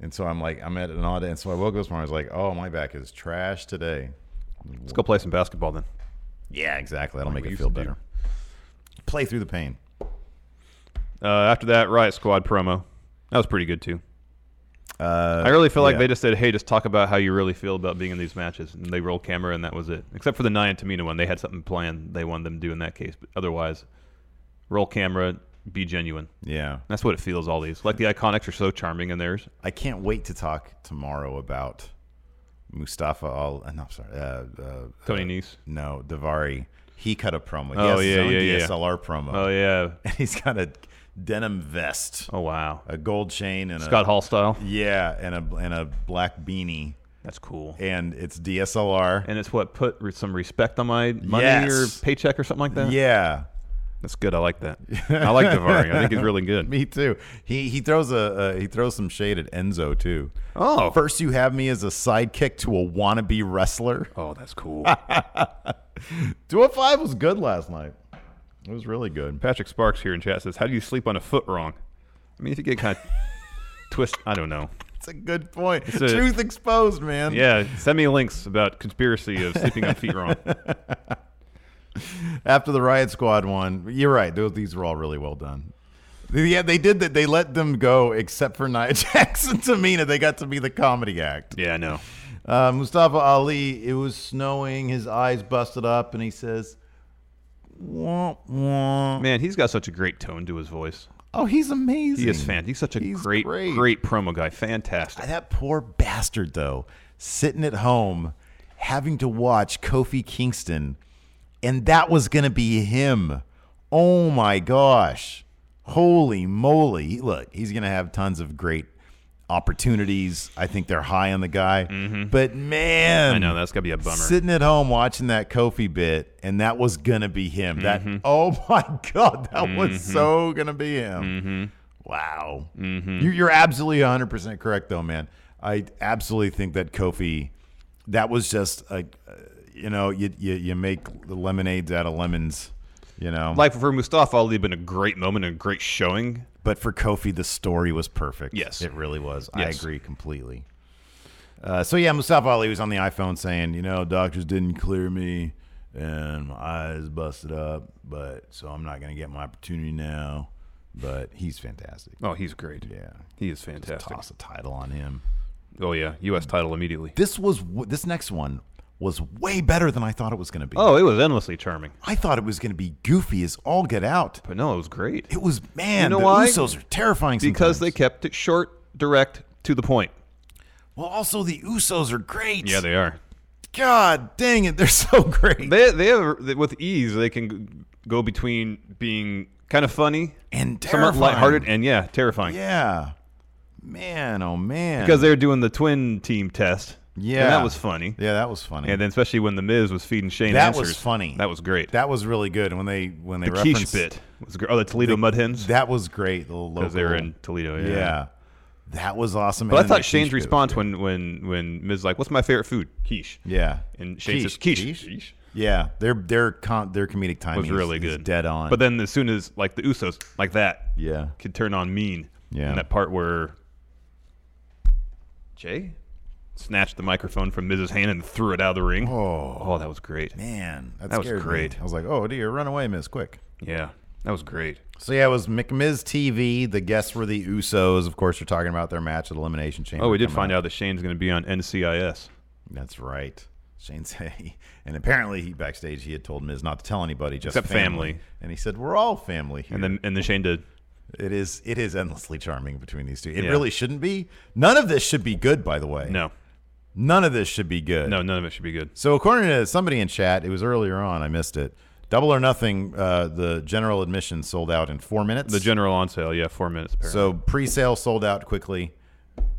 Speaker 1: And so I'm like, I'm at an odd end. So I woke up this morning. I was like, oh, my back is trash today.
Speaker 2: Let's go play some basketball then.
Speaker 1: Yeah, exactly. That'll
Speaker 2: Like
Speaker 1: make
Speaker 2: we
Speaker 1: it
Speaker 2: used
Speaker 1: feel
Speaker 2: to do.
Speaker 1: better. Play through the pain.
Speaker 2: Uh, after that, Riot Squad promo. That was pretty good too. I really feel like
Speaker 1: yeah.
Speaker 2: they just said, "Hey, just talk about how you really feel about being in these matches," and they roll camera, and that was it. Except for the Nia and Tamina one, they had something planned they wanted them to do in that case. But otherwise, roll camera, be genuine.
Speaker 1: Yeah.
Speaker 2: That's what it feels. All these, like the Iconics, are so charming in theirs.
Speaker 1: I can't wait to talk tomorrow about Mustafa Al. uh, No, I'm sorry. Uh, uh,
Speaker 2: Tony
Speaker 1: uh,
Speaker 2: Nese.
Speaker 1: No, Davari. He cut a promo. He
Speaker 2: Oh,
Speaker 1: has his
Speaker 2: yeah,
Speaker 1: own
Speaker 2: yeah, yeah.
Speaker 1: DSLR promo.
Speaker 2: Oh yeah.
Speaker 1: And he's got a denim vest,
Speaker 2: Oh wow.
Speaker 1: a gold chain, and
Speaker 2: Scott
Speaker 1: a,
Speaker 2: Hall style.
Speaker 1: Yeah, and a and a black beanie,
Speaker 2: That's cool.
Speaker 1: and it's DSLR.
Speaker 2: And it's what put re- some respect on my money
Speaker 1: Yes.
Speaker 2: or paycheck or something like that.
Speaker 1: yeah,
Speaker 2: that's good. I like that. I like Davari. I think he's really good.
Speaker 1: me too. He he throws a uh, he throws some shade at Enzo too.
Speaker 2: Oh.
Speaker 1: first you have me as a sidekick to a wannabe wrestler.
Speaker 2: Oh, that's cool.
Speaker 3: Ah,
Speaker 1: Two hundred five was good last night. It was really good.
Speaker 2: Patrick Sparks here in chat says, "How do you sleep on a foot wrong?" I mean, if you get kind of twist, I don't know.
Speaker 1: That's a good point.
Speaker 2: a-
Speaker 1: Truth exposed, man.
Speaker 2: Yeah, send me links about conspiracy of sleeping on feet wrong.
Speaker 1: After the Riot Squad one, you're right. Those, these were all really well done. Yeah, they did that. They let them go except for Nia Jackson, Tamina. They got to be the comedy act.
Speaker 2: Yeah, I know.
Speaker 1: Uh, Mustafa Ali, it was snowing, his eyes busted up, and he says, womp, womp.
Speaker 2: Man, he's got such a great tone to his voice.
Speaker 1: Oh, he's amazing.
Speaker 2: He is fan. He's such a great, great, promo guy. Fantastic.
Speaker 1: That poor bastard, though, sitting at home having to watch Kofi Kingston, and that was going to be him. Oh my gosh. Holy moly. Look, he's going to have tons of great opportunities. I think they're high on the guy. But man.
Speaker 2: Mm-hmm. I know that's gotta be a bummer.
Speaker 1: Sitting at home watching that Kofi bit, and that was gonna be him. That
Speaker 2: Mm-hmm.
Speaker 1: oh my god, that was so gonna be him.
Speaker 2: Mm-hmm.
Speaker 1: Wow, you, you're absolutely 100 percent correct, though, man. I absolutely think that Kofi, that was just like, uh, you know, you, you you make the lemonades out of lemons, you know.
Speaker 2: Like for Mustafa Ali, been a great moment and a great showing.
Speaker 1: But for Kofi, the story was perfect.
Speaker 2: Yes.
Speaker 1: It really was. I
Speaker 2: Yes.
Speaker 1: agree completely. Uh, so, yeah, Mustafa Ali was on the iPhone saying, you know, doctors didn't clear me and my eyes busted up, but so I'm not going to get my opportunity now. But he's fantastic.
Speaker 2: Oh, he's great.
Speaker 1: Yeah.
Speaker 2: he is
Speaker 1: Just
Speaker 2: fantastic.
Speaker 1: toss a title on him.
Speaker 2: Oh yeah, U.S. title immediately.
Speaker 1: This was w- this next one was way better than I thought it was going to be.
Speaker 2: Oh, it was endlessly charming.
Speaker 1: I thought it was going to be goofy as all get out.
Speaker 2: But no, it was great
Speaker 1: It was man.
Speaker 2: know
Speaker 1: the
Speaker 2: why?
Speaker 1: Usos are terrifying
Speaker 2: because they
Speaker 1: sometimes.
Speaker 2: kept it short, direct, to the point.
Speaker 1: Well, also the Usos are great.
Speaker 2: Yeah, they are.
Speaker 1: God dang it, they're so great.
Speaker 2: They they have with ease they can g- go between being kind of funny
Speaker 1: And
Speaker 2: somewhat
Speaker 1: terrifying.
Speaker 2: lighthearted, and yeah, terrifying.
Speaker 1: yeah. Man, oh man.
Speaker 2: Because they were doing the twin team test.
Speaker 1: yeah,
Speaker 2: and that was funny.
Speaker 1: Yeah, that was funny.
Speaker 2: And then especially when the Miz was feeding Shane
Speaker 1: that
Speaker 2: answers.
Speaker 1: was funny.
Speaker 2: That was great.
Speaker 1: That was really good. When they when they
Speaker 2: the quiche
Speaker 1: referenced
Speaker 2: bit was great. Oh, the Toledo Mud Hens.
Speaker 1: That was great. The local.
Speaker 2: because they were in Toledo.
Speaker 1: Yeah.
Speaker 2: Yeah.
Speaker 1: That was awesome.
Speaker 2: But
Speaker 1: And
Speaker 2: I
Speaker 1: then
Speaker 2: thought
Speaker 1: the
Speaker 2: Shane's
Speaker 1: quiche bit was
Speaker 2: response
Speaker 1: great.
Speaker 2: when when when Miz like, "What's my favorite food? Quiche."
Speaker 1: Yeah.
Speaker 2: And Shane says, "Quiche." Quiche.
Speaker 1: Yeah. Their their con- their comedic timing
Speaker 2: was
Speaker 1: is-
Speaker 2: really
Speaker 1: is
Speaker 2: good.
Speaker 1: Dead on.
Speaker 2: But then as soon as like the Usos like that,
Speaker 1: Yeah.
Speaker 2: could turn on mean.
Speaker 1: Yeah.
Speaker 2: And that part where Jay snatched the microphone from Miz's hand and threw it out of the ring.
Speaker 1: Oh.
Speaker 2: Oh, that was great.
Speaker 1: Man, that,
Speaker 2: That was
Speaker 1: scared me.
Speaker 2: great.
Speaker 1: I was like, oh dear, run away, Miss Quick.
Speaker 2: Yeah. That was great.
Speaker 1: So yeah, it was McMiz TV. The guests were the Usos. Of course, you're talking about their match at Elimination Chamber.
Speaker 2: Oh, we did
Speaker 1: coming
Speaker 2: find
Speaker 1: up.
Speaker 2: out that Shane's going to be on NCIS.
Speaker 1: That's right. Shane said, and apparently he backstage he had told Miz not to tell anybody, just
Speaker 2: Except family.
Speaker 1: And he said, "We're all family here."
Speaker 2: And then and then Shane did.
Speaker 1: it is it is endlessly charming between these two. It
Speaker 2: Yeah.
Speaker 1: really shouldn't be. None of this should be good, by the way.
Speaker 2: No.
Speaker 1: none of this should be good.
Speaker 2: No, none of it should be good.
Speaker 1: So according to somebody in chat, it was earlier on. I missed it. Double or nothing. Uh, the general admission sold out in four minutes.
Speaker 2: The general on sale, yeah, 4 minutes apparently.
Speaker 1: So pre-sale sold out quickly.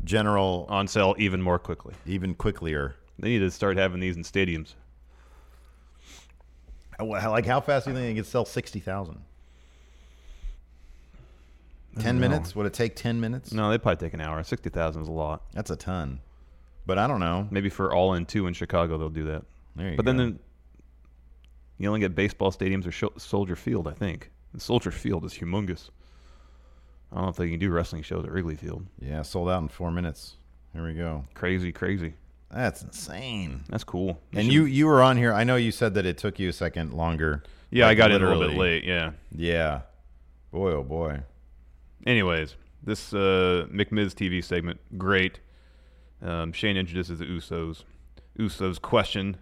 Speaker 1: General
Speaker 2: on sale even more quickly.
Speaker 1: even quicklier.
Speaker 2: They need to start having these in stadiums.
Speaker 1: Uh, How- Like how fast do you think they could sell sixty thousand? Ten minutes? Would it take ten minutes?
Speaker 2: No, they'd probably take an hour. 60,000 is a lot.
Speaker 1: That's a ton. But I don't know.
Speaker 2: Maybe for all in 2 in Chicago they'll do that.
Speaker 1: There you
Speaker 2: But then,
Speaker 1: go.
Speaker 2: then you only get baseball stadiums or Shol- Soldier Field, I think. And Soldier Field is humongous. I don't know if they can do wrestling shows at Wrigley Field.
Speaker 1: Yeah, sold out in four minutes. Here we go.
Speaker 2: Crazy, crazy.
Speaker 1: That's insane.
Speaker 2: That's cool. They
Speaker 1: And
Speaker 2: should-
Speaker 1: you you were on here. I know you said that it took you a second longer.
Speaker 2: yeah, I
Speaker 1: Like,
Speaker 2: got in a little bit
Speaker 1: literally.
Speaker 2: late. Yeah.
Speaker 1: Yeah. Boy, oh boy.
Speaker 2: Anyways, this uh, McMiz TV segment, great. Um, Shane introduces the Usos. Usos question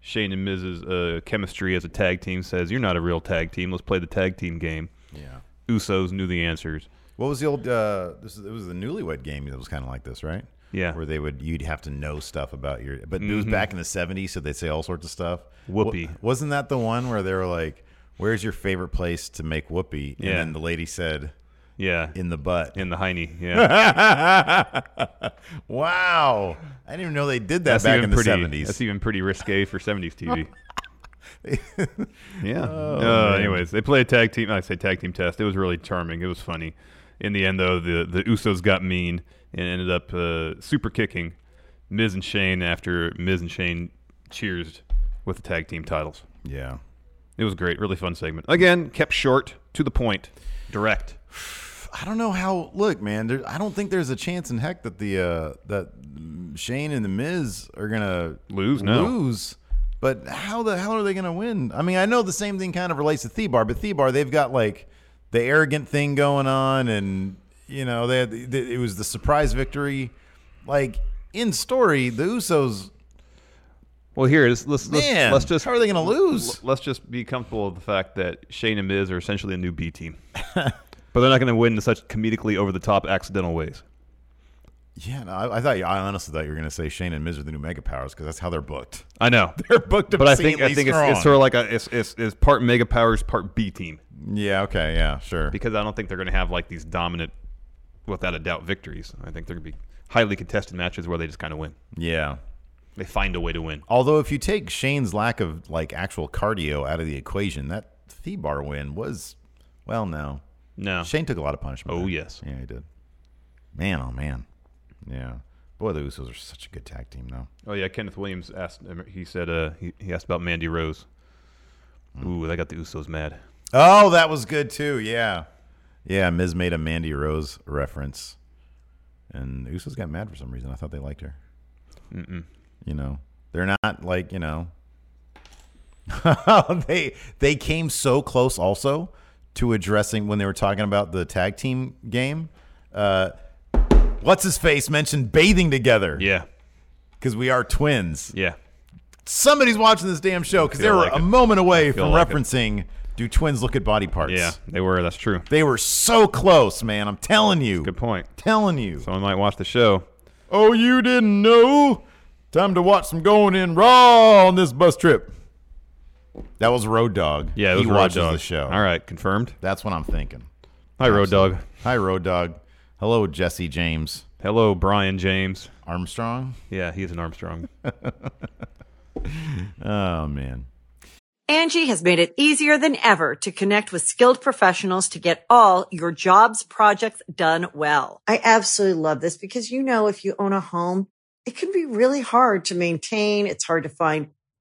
Speaker 2: Shane and Miz's uh, chemistry as a tag team says, "You're not a real tag team. Let's play the tag team game."
Speaker 1: Yeah.
Speaker 2: Usos knew the answers.
Speaker 1: What was the old? Uh, this is, it was the newlywed game that was kind of like this, right?
Speaker 2: Yeah. Mm-hmm.
Speaker 1: where they would you'd have to know stuff about your, but it was back in the '70s, so they'd say all sorts of stuff.
Speaker 2: Whoopee.
Speaker 1: Wa- wasn't that the one where they were like, "Where's your favorite place to make whoopee?"
Speaker 2: Yeah.
Speaker 1: And then the lady said,
Speaker 2: Yeah,
Speaker 1: "In the butt."
Speaker 2: in the hiney. Yeah.
Speaker 1: wow, I didn't even know they did that back in the
Speaker 2: pretty,
Speaker 1: '70s.
Speaker 2: That's e- even pretty risque for '70s TV. yeah. uh,
Speaker 1: Oh, man.
Speaker 2: anyways, they play a tag team. I say tag team test. It was really charming. It was funny. In the end, though, the the Usos got mean and ended up uh, super kicking Miz and Shane after Miz and Shane cheers with the tag team titles.
Speaker 1: yeah,
Speaker 2: It was great. Really fun segment. Again, kept short, to the point, direct.
Speaker 1: I don't know how. Look, man, there, I don't think there's a chance in heck that the uh, that Shane and the Miz are gonna
Speaker 2: Lose? No.
Speaker 1: lose. But how the hell are they gonna win? I mean, I know the same thing kind of relates to Thebar, but Thebar they've got like the arrogant thing going on, and you know they had, th- it was the surprise victory. Like in story, the Usos,
Speaker 2: Well, here is let's let's,
Speaker 1: man,
Speaker 2: let's just
Speaker 1: how are they gonna lose?
Speaker 2: L- Let's just be comfortable with the fact that Shane and Miz are essentially a new B team. but they're not going to win in such comedically over the top accidental ways.
Speaker 1: yeah, no, I, I thought I honestly thought you were gonna say Shane and Miz are the new Mega Powers because that's how they're booked.
Speaker 2: I know.
Speaker 1: They're booked
Speaker 2: But I think I think it's,
Speaker 1: strong.
Speaker 2: it's sort of like a it's, it's, it's part mega powers, part B team
Speaker 1: yeah, okay, yeah, sure.
Speaker 2: because I don't think they're going to have like these dominant, without a doubt, victories. I think they're going to be highly contested matches where they just kind of win.
Speaker 1: Yeah.
Speaker 2: They find a way to win.
Speaker 1: Although if you take Shane's lack of like actual cardio out of the equation, that Thebar win was well, no.
Speaker 2: No,
Speaker 1: Shane took a lot of punishment.
Speaker 2: Oh,
Speaker 1: there.
Speaker 2: yes.
Speaker 1: Yeah, he did. Man, oh man. Yeah. Boy, the Usos are such a good tag team though.
Speaker 2: Oh yeah, Kenneth Williams asked. He said uh, he, he asked about Mandy Rose.
Speaker 1: Mm.
Speaker 2: Ooh, that got the Usos mad.
Speaker 1: Oh, that was good too. Yeah. Yeah, Miz made a Mandy Rose reference. And the Usos got mad for some reason. I thought they liked her. Mm-mm. You know, they're not like, you know. they they came so close also to addressing when they were talking about the tag team game. Uh what's his face mentioned bathing together
Speaker 2: Yeah,
Speaker 1: because we are twins.
Speaker 2: yeah.
Speaker 1: Somebody's watching this damn show because
Speaker 2: feel
Speaker 1: they were
Speaker 2: like
Speaker 1: a
Speaker 2: it.
Speaker 1: moment away
Speaker 2: feel
Speaker 1: from
Speaker 2: like it.
Speaker 1: referencing do twins look at body parts?
Speaker 2: Yeah, they were. That's true.
Speaker 1: They were so close, man. I'm telling you.
Speaker 2: Good point.
Speaker 1: Telling you.
Speaker 2: Someone might watch the show.
Speaker 1: Oh, you didn't know? Time to watch some going in raw on this bus trip. That was Road Dog.
Speaker 2: Yeah, it
Speaker 1: he
Speaker 2: was Road
Speaker 1: watches
Speaker 2: Dog.
Speaker 1: the show.
Speaker 2: All right, confirmed.
Speaker 1: that's what I'm thinking.
Speaker 2: Hi, Road Dog.
Speaker 1: Hi, Road Dog. Hello, Jesse James
Speaker 2: Hello, Brian James.
Speaker 1: Armstrong.
Speaker 2: Yeah, he's an Armstrong.
Speaker 1: Oh man,
Speaker 4: Angie has made it easier than ever to connect with skilled professionals to get all your jobs projects done well. I absolutely love this because, you know, if you own a home, it can be really hard to maintain. It's hard to find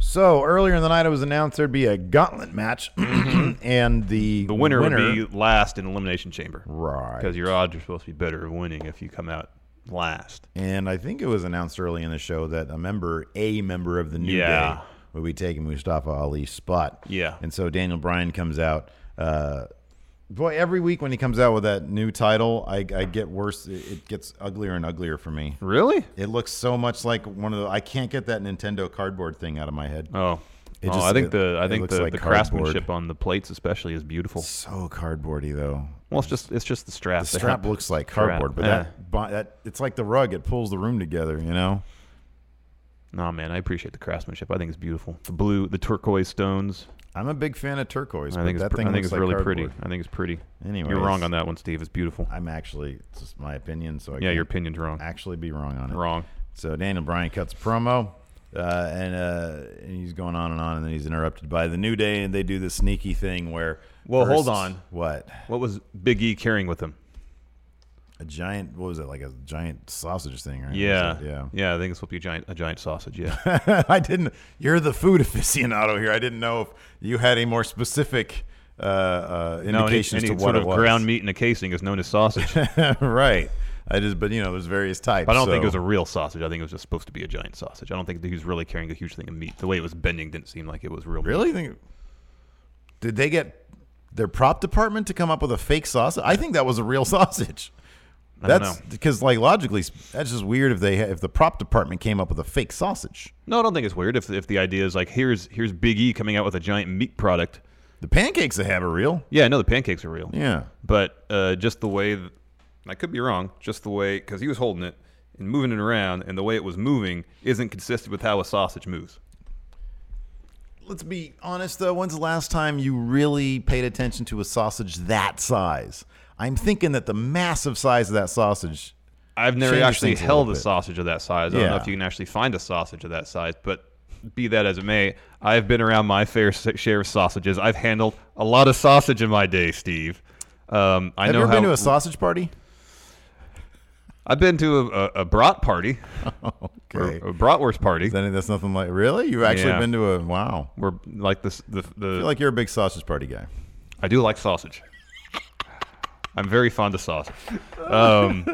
Speaker 1: So earlier in the night, it was announced there'd be a gauntlet match, and the
Speaker 2: The winner, would be last in Elimination Chamber.
Speaker 1: right.
Speaker 2: Because your odds are supposed to be better of winning if you come out last.
Speaker 1: And I think it was announced early in the show that a member, a member of the New
Speaker 2: Yeah.
Speaker 1: Day, would be taking Mustafa Ali's spot.
Speaker 2: Yeah.
Speaker 1: And so Daniel Bryan comes out. Uh, boy, every week when he comes out with that new title, I, I get worse. It, it gets uglier and uglier for me.
Speaker 2: Really?
Speaker 1: It looks so much like one of the. I can't get that Nintendo cardboard thing out of my head.
Speaker 2: Oh.
Speaker 1: It
Speaker 2: Oh,
Speaker 1: just-
Speaker 2: I think
Speaker 1: it-
Speaker 2: the I
Speaker 1: it
Speaker 2: think
Speaker 1: looks
Speaker 2: the,
Speaker 1: like
Speaker 2: the
Speaker 1: cardboard.
Speaker 2: craftsmanship on the plates especially is beautiful.
Speaker 1: So cardboardy though.
Speaker 2: Well, it's just it's just the strap.
Speaker 1: The
Speaker 2: They
Speaker 1: strap
Speaker 2: have-
Speaker 1: looks like
Speaker 2: strap.
Speaker 1: cardboard, but
Speaker 2: Yeah.
Speaker 1: that, bo- that it's like the rug. It pulls the room together, you know.
Speaker 2: No, man, I appreciate the craftsmanship. I think it's beautiful. The blue, the turquoise stones.
Speaker 1: I'm a big fan of turquoise.
Speaker 2: I
Speaker 1: but
Speaker 2: think it's
Speaker 1: that
Speaker 2: pr-
Speaker 1: thing
Speaker 2: I think
Speaker 1: looks
Speaker 2: it's
Speaker 1: like
Speaker 2: really pretty.
Speaker 1: cardboard.
Speaker 2: I think it's pretty. you're
Speaker 1: Anyways.
Speaker 2: wrong on that one, Steve. It's beautiful.
Speaker 1: I'm actually it's just my opinion, so I
Speaker 2: yeah,
Speaker 1: can't
Speaker 2: your opinion's wrong.
Speaker 1: actually be wrong on it.
Speaker 2: Wrong.
Speaker 1: So Daniel Bryan cuts a promo, uh, and, uh, and he's going on and on, and then he's interrupted by the New Day, and they do the sneaky thing where.
Speaker 2: Well, hold
Speaker 1: first-
Speaker 2: on.
Speaker 1: What?
Speaker 2: What was Big E carrying with him?
Speaker 1: A giant? What was it? Like a giant sausage thing, right?
Speaker 2: Yeah,
Speaker 1: Was it? yeah.
Speaker 2: yeah. I think it's supposed to be a giant, a giant sausage. Yeah.
Speaker 1: I didn't. You're the food aficionado here. I didn't know if you had a more specific uh, uh,
Speaker 2: no, any,
Speaker 1: indications
Speaker 2: any
Speaker 1: to what
Speaker 2: sort
Speaker 1: it
Speaker 2: of
Speaker 1: was.
Speaker 2: ground meat in a casing is known as sausage. but
Speaker 1: right. I just, but you know, there's various types.
Speaker 2: I don't think
Speaker 1: so-
Speaker 2: it was a real sausage. I think it was just supposed to be a giant sausage. I don't think that he was really carrying a huge thing of meat. The way it was bending didn't seem like it was real. meat.
Speaker 1: Really? Think- Did they get their prop department to come up with a fake sausage? I think that was a real sausage.
Speaker 2: I don't
Speaker 1: That's
Speaker 2: know.
Speaker 1: because, like, logically, that's just weird if they if the prop department came up with a fake sausage.
Speaker 2: No, I don't think it's weird. If if the idea is like here's here's Big E coming out with a giant meat product.
Speaker 1: The pancakes they have are real.
Speaker 2: Yeah, I know the pancakes are real.
Speaker 1: Yeah.
Speaker 2: But uh, just the way, th- I could be wrong, just the way, because he was holding it and moving it around, and the way it was moving isn't consistent with how a sausage moves.
Speaker 1: Let's be honest though. When's the last time you really paid attention to a sausage that size? I'm thinking that the massive size of that sausage.
Speaker 2: I've never
Speaker 1: Changes
Speaker 2: actually
Speaker 1: things a
Speaker 2: held
Speaker 1: little
Speaker 2: a
Speaker 1: bit.
Speaker 2: sausage of that size. I don't know
Speaker 1: Yeah.
Speaker 2: if you can actually find a sausage of that size, but be that as it may, I've been around my fair s- share of sausages. I've handled a lot of sausage in my day, Steve. Um, I
Speaker 1: Have
Speaker 2: know
Speaker 1: you ever
Speaker 2: how
Speaker 1: been to a sausage party?
Speaker 2: I've been to a, a, a brat party, or
Speaker 1: Okay.
Speaker 2: a bratwurst party,
Speaker 1: Then that's nothing like really. You've actually
Speaker 2: Yeah.
Speaker 1: been to a wow.
Speaker 2: where like this the, the
Speaker 1: I feel like you're a big sausage party guy.
Speaker 2: I do like sausage. I'm very fond of sausage. Um,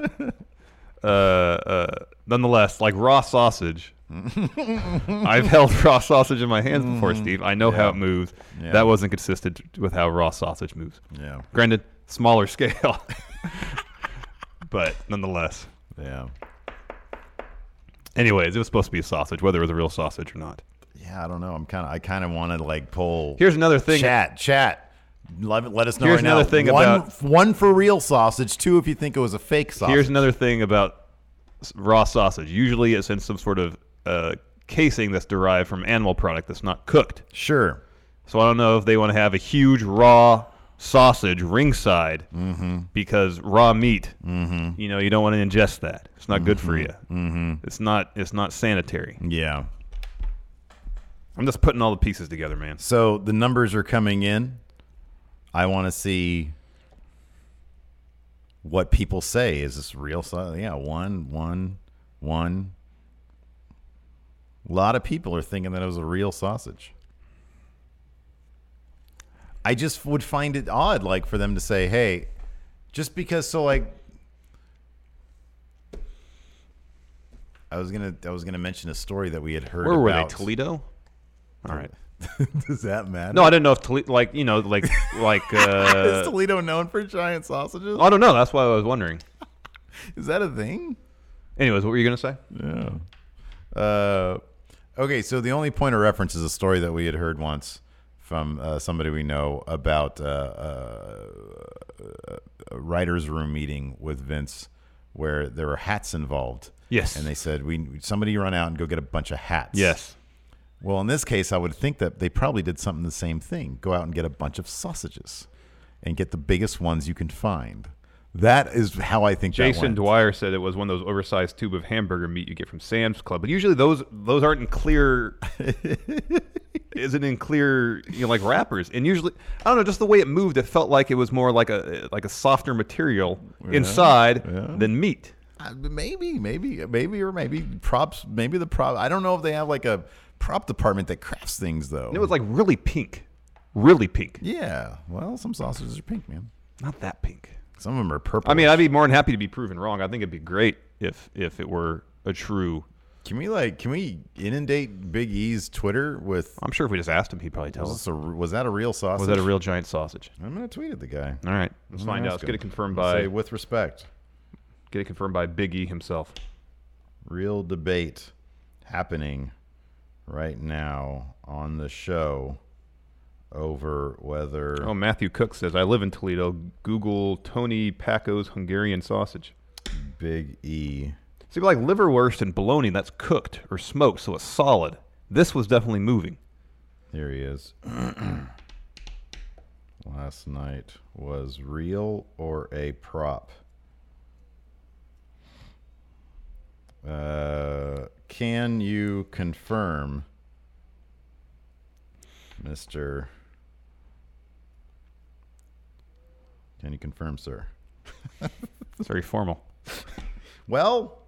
Speaker 2: uh, uh, nonetheless, like raw sausage, I've held raw sausage in my hands before, Steve. I know how it moves.
Speaker 1: Mm, Yeah.
Speaker 2: That wasn't consistent with how raw sausage moves.
Speaker 1: Yeah.
Speaker 2: Granted, smaller scale, but nonetheless.
Speaker 1: Yeah.
Speaker 2: Anyways, it was supposed to be a sausage, whether it was a real sausage or not.
Speaker 1: Yeah, I don't know. I'm kind of. I kind of want to like pull.
Speaker 2: Here's another thing.
Speaker 1: Chat, chat. Let, let us know.
Speaker 2: Here's
Speaker 1: right now.
Speaker 2: another thing
Speaker 1: one,
Speaker 2: about-
Speaker 1: one for real sausage. Two, if you think it was a fake sausage.
Speaker 2: Here's another thing about s- raw sausage. Usually, it's in some sort of uh, casing that's derived from animal product that's not cooked.
Speaker 1: sure.
Speaker 2: So I don't know if they want to have a huge raw sausage ringside because raw meat. Mm-hmm. You know, you don't want to ingest that. It's not good for you. Mm-hmm. It's not. It's not sanitary.
Speaker 1: Yeah.
Speaker 2: I'm just putting all the pieces together, man.
Speaker 1: So the numbers are coming in. I want to see what people say. Is this real? So, yeah, one, one, one. A lot of people are thinking that it was a real sausage. I just would find it odd, like, for them to say, hey, just because, so, like, I was gonna, I was gonna mention a story that we had heard.
Speaker 2: Where were they?
Speaker 1: about.
Speaker 2: Toledo. All right.
Speaker 1: Does that matter?
Speaker 2: No, I didn't know if Toledo, like you know, like like.
Speaker 1: Is
Speaker 2: Uh,
Speaker 1: Toledo known for giant sausages?
Speaker 2: I don't know. That's why I was wondering.
Speaker 1: Is that a thing?
Speaker 2: Anyways, what were you gonna say?
Speaker 1: Yeah. Uh, okay, so the only point of reference is a story that we had heard once from uh, somebody we know about uh, uh, a writer's room meeting with Vince where there were hats involved.
Speaker 2: Yes.
Speaker 1: And they said, we somebody run out and go get a bunch of hats.
Speaker 2: Yes.
Speaker 1: Well, in this case, I would think that they probably did something the same thing. Go out and get a bunch of sausages and get the biggest ones you can find. That is how I think that
Speaker 2: Jason
Speaker 1: went.
Speaker 2: Dwyer said it was one of those oversized tube of hamburger meat you get from Sam's Club, but usually those those aren't in clear. isn't in clear, you know, like wrappers, and usually I don't know. Just the way it moved, it felt like it was more like a like a softer material inside than meat.
Speaker 1: Uh, maybe, maybe, maybe, or maybe props. Maybe the prop. I don't know if they have like a prop department that crafts things though.
Speaker 2: And it was like really pink, really pink,
Speaker 1: yeah. Well, some sausages are pink, man.
Speaker 2: not that pink.
Speaker 1: Some of them are purple.
Speaker 2: I mean, I'd be more than happy to be proven wrong. I think it'd be great if if it were a true.
Speaker 1: can we like can we inundate Big E's Twitter with
Speaker 2: I'm sure if we just asked him, he'd probably tell
Speaker 1: was,
Speaker 2: us.
Speaker 1: this a, was that a real sausage?
Speaker 2: Oh, Was that a real giant sausage?
Speaker 1: I'm gonna tweet at the guy.
Speaker 2: All right, let's
Speaker 1: I'm gonna
Speaker 2: find out.
Speaker 1: ask
Speaker 2: Let's get
Speaker 1: him.
Speaker 2: it confirmed
Speaker 1: Mm, Let's
Speaker 2: by
Speaker 1: say, with respect.
Speaker 2: get it confirmed by Big E himself.
Speaker 1: real debate happening right now on the show over whether
Speaker 2: Oh, Matthew Cook says I live in Toledo. Google Tony Paco's Hungarian sausage.
Speaker 1: Big E.
Speaker 2: See, but like liverwurst and bologna, that's cooked or smoked, so it's solid. This was definitely moving.
Speaker 1: Here he is. Last night was real or a prop? Uh, can you confirm, Mr. Can you confirm, sir?
Speaker 2: It's very formal.
Speaker 1: Well,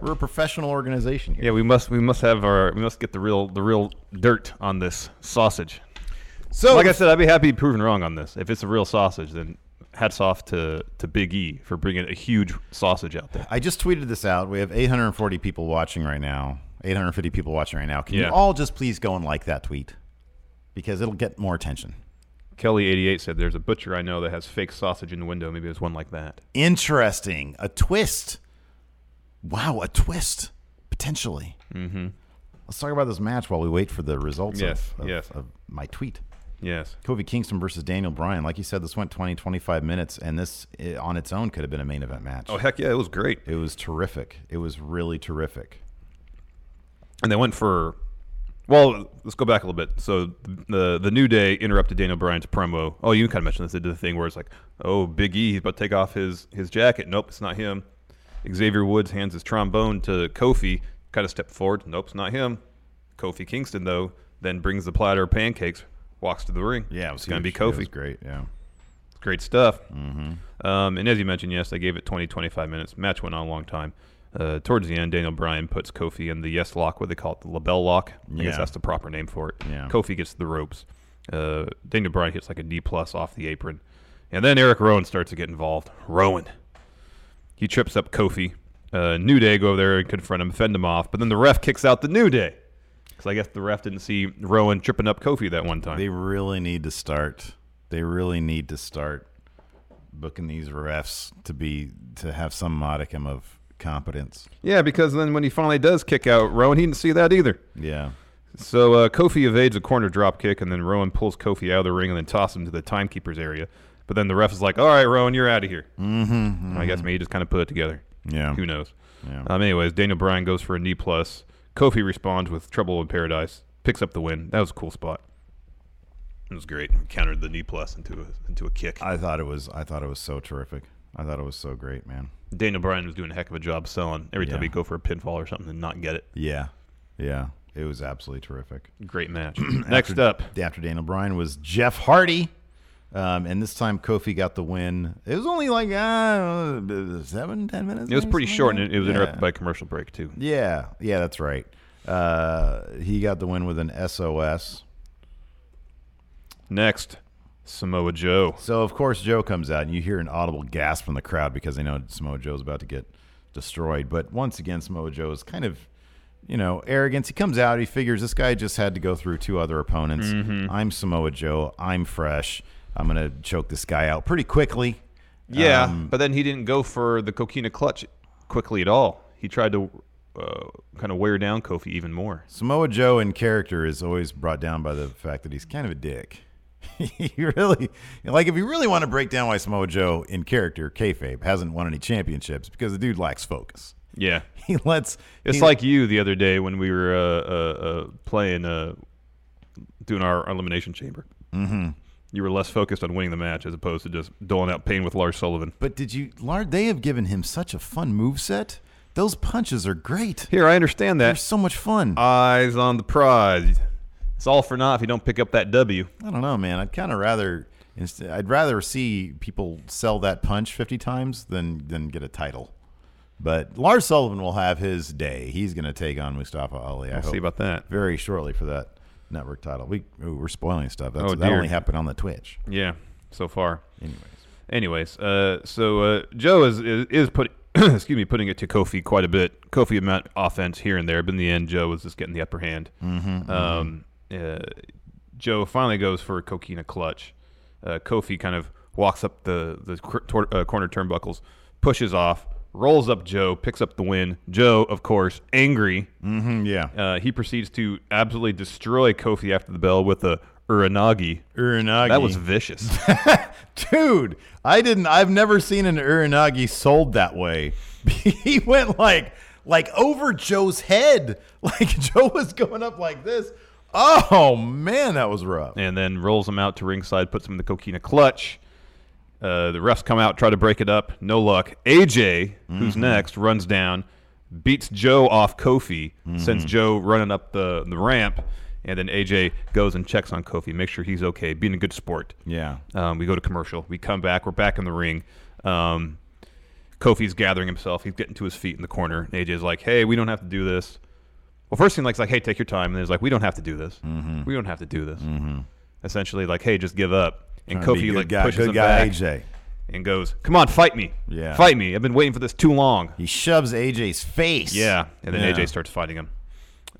Speaker 1: we're a professional organization here.
Speaker 2: Yeah, we must we must have our we must get the real the real dirt on this sausage.
Speaker 1: So,
Speaker 2: like I said, I'd be happy proven wrong on this. If it's a real sausage, then hats off to, to Big E for bringing a huge sausage out there.
Speaker 1: I just tweeted this out. We have 840 people watching right now. 850 people watching right now. Can you
Speaker 2: Yeah.
Speaker 1: all just please go and like that tweet because it'll get more attention.
Speaker 2: Kelly88 said there's a butcher I know that has fake sausage in the window. Maybe it's one like that.
Speaker 1: Interesting. A twist. Wow, a twist potentially. Mm-hmm. Let's talk about this match while we wait for the results
Speaker 2: Yes,
Speaker 1: of, of,
Speaker 2: yes.
Speaker 1: of my tweet.
Speaker 2: Yes.
Speaker 1: Kobe Kingston versus Daniel Bryan. Like you said, this went 20, 25 minutes, and this eh, on its own could have been a main event match.
Speaker 2: Oh, heck yeah, it was great.
Speaker 1: It was terrific. It was really terrific.
Speaker 2: And they went for. Well, let's go back a little bit. So the the New Day interrupted Daniel Bryan's promo. Oh, you kind of mentioned this. They did the thing where it's like, oh, Big E, he's about to take off his, his jacket. Nope, it's not him. Xavier Woods hands his trombone to Kofi, kind of stepped forward. Nope, it's not him. Kofi Kingston, though, then brings the platter of pancakes, walks to the ring. it's going to be
Speaker 1: huge. Yeah,
Speaker 2: Kofi.
Speaker 1: It was great. Yeah.
Speaker 2: Great stuff.
Speaker 1: Mm-hmm.
Speaker 2: Um, and as you mentioned, yes, they gave it 20, 25 minutes. Match went on a long time. Uh, towards the end, Daniel Bryan puts Kofi in the yes lock, what they call it, the label lock. I
Speaker 1: Yeah.
Speaker 2: guess that's the proper name for it.
Speaker 1: Yeah.
Speaker 2: Kofi gets the ropes. Uh, Daniel Bryan hits like a D plus off the apron. And then Eric Rowan starts to get involved. Rowan. He trips up Kofi. Uh, New Day go over there and confront him, fend him off. But then the ref kicks out the New Day. Because I guess the ref didn't see Rowan tripping up Kofi that one time.
Speaker 1: They really need to start. They really need to start booking these refs to be to have some modicum of competence.
Speaker 2: Yeah, because then when he finally does kick out Rowan, he didn't see that either.
Speaker 1: Yeah.
Speaker 2: So uh, Kofi evades a corner drop kick, and then Rowan pulls Kofi out of the ring and then tosses him to the timekeeper's area. But then the ref is like, "All right, Rowan, you're out of here." Mm-hmm, I guess maybe he just kind of put it together.
Speaker 1: Yeah.
Speaker 2: Who knows?
Speaker 1: Yeah.
Speaker 2: Um, anyways, Daniel Bryan goes for a knee plus. Kofi responds with trouble in paradise, picks up the win. That was a cool spot. It was great. Countered the knee plus into a into a kick.
Speaker 1: I thought it was. I thought it was so terrific. I thought it was so great, man.
Speaker 2: Daniel Bryan was doing a heck of a job selling every time
Speaker 1: Yeah.
Speaker 2: he'd go for a pinfall or something and not get it.
Speaker 1: Yeah, yeah. It was absolutely terrific.
Speaker 2: Great match. Next up,
Speaker 1: after Daniel Bryan was Jeff Hardy, um, and this time Kofi got the win. It was only like uh, seven, ten minutes.
Speaker 2: it was
Speaker 1: maybe, something
Speaker 2: pretty short
Speaker 1: like
Speaker 2: and it was
Speaker 1: that?
Speaker 2: interrupted by a commercial break too.
Speaker 1: Yeah, yeah, that's right. Uh, he got the win with an SOS.
Speaker 2: Next, Samoa Joe.
Speaker 1: So of course Joe comes out, and you hear an audible gasp from the crowd because they know Samoa Joe's about to get destroyed. But once again, Samoa Joe is kind of, you know, arrogance. He comes out, he figures this guy just had to go through two other opponents.
Speaker 2: Mm-hmm.
Speaker 1: I'm Samoa Joe. I'm fresh. I'm gonna choke this guy out pretty quickly.
Speaker 2: Yeah,
Speaker 1: Um,
Speaker 2: but then he didn't go for the coquina clutch quickly at all. He tried to uh, kind of wear down Kofi even more.
Speaker 1: Samoa Joe in character is always brought down by the fact that he's kind of a dick. you really like if you really want to break down why Samoa Joe in character kayfabe hasn't won any championships because the dude lacks focus.
Speaker 2: Yeah,
Speaker 1: He lets
Speaker 2: it's
Speaker 1: he-
Speaker 2: like you the other day when we were uh, uh, uh, playing, uh, doing our elimination chamber. Mm-hmm. You were less focused on winning the match as opposed to just doling out pain with Lars Sullivan.
Speaker 1: But did you, Lard? They have given him such a fun moveset. Those punches are great.
Speaker 2: Here, I understand
Speaker 1: They're
Speaker 2: that.
Speaker 1: so much fun.
Speaker 2: Eyes on the prize. It's all for naught if you don't pick up that W.
Speaker 1: I don't know, man. I'd kind of rather, inst- I'd rather see people sell that punch fifty times than than get a title. But Lars Sullivan will have his day. He's going to take on Mustafa Ali. I
Speaker 2: We'll see
Speaker 1: hope,
Speaker 2: about that.
Speaker 1: very shortly for that network title. We ooh, we're spoiling stuff. That's,
Speaker 2: Oh,
Speaker 1: that
Speaker 2: dear.
Speaker 1: only happened on the Twitch.
Speaker 2: Yeah, so far.
Speaker 1: Anyways,
Speaker 2: Anyways, uh, so uh, Joe is is, is put excuse me putting it to Kofi quite a bit. Kofi amount offense here and there, but in the end, Joe was just getting the upper hand.
Speaker 1: Mm-hmm,
Speaker 2: um, Uh, Joe finally goes for a coquina clutch. Uh, Kofi kind of walks up the the cor- tor- uh, corner turnbuckles, pushes off, rolls up Joe, picks up the win. Joe, of course, angry.
Speaker 1: Mm, yeah.
Speaker 2: Uh, he proceeds to absolutely destroy Kofi after the bell with a uranagi.
Speaker 1: Uranagi.
Speaker 2: That was vicious.
Speaker 1: Dude, I didn't. I've never seen an uranagi sold that way. he went like like over Joe's head. Like Joe was going up like this. Oh man, that was rough.
Speaker 2: and then rolls him out to ringside, puts him in the coquina clutch. Uh, the refs come out, try to break it up. No luck. AJ, who's next, runs down, beats Joe off Kofi, sends Joe running up the, the ramp, and then AJ goes and checks on Kofi, makes sure he's okay, being a good sport.
Speaker 1: Yeah.
Speaker 2: Um, we go to commercial. We come back. We're back in the ring. Um, Kofi's gathering himself. He's getting to his feet in the corner. And AJ's like, hey, we don't have to do this. Well, first thing, like, it's like, hey, take your time. And then he's like, we don't have to do this.
Speaker 1: Mm-hmm.
Speaker 2: We don't have to do this. Essentially, like, hey, just give up. And
Speaker 1: Trying to be
Speaker 2: Kofi,
Speaker 1: good
Speaker 2: like,
Speaker 1: guy,
Speaker 2: pushes
Speaker 1: good
Speaker 2: him
Speaker 1: guy
Speaker 2: back
Speaker 1: AJ.
Speaker 2: and goes, come on, fight me.
Speaker 1: Yeah.
Speaker 2: Fight me. I've been waiting for this too long.
Speaker 1: He shoves AJ's face.
Speaker 2: Yeah. And then
Speaker 1: Yeah.
Speaker 2: AJ starts fighting him.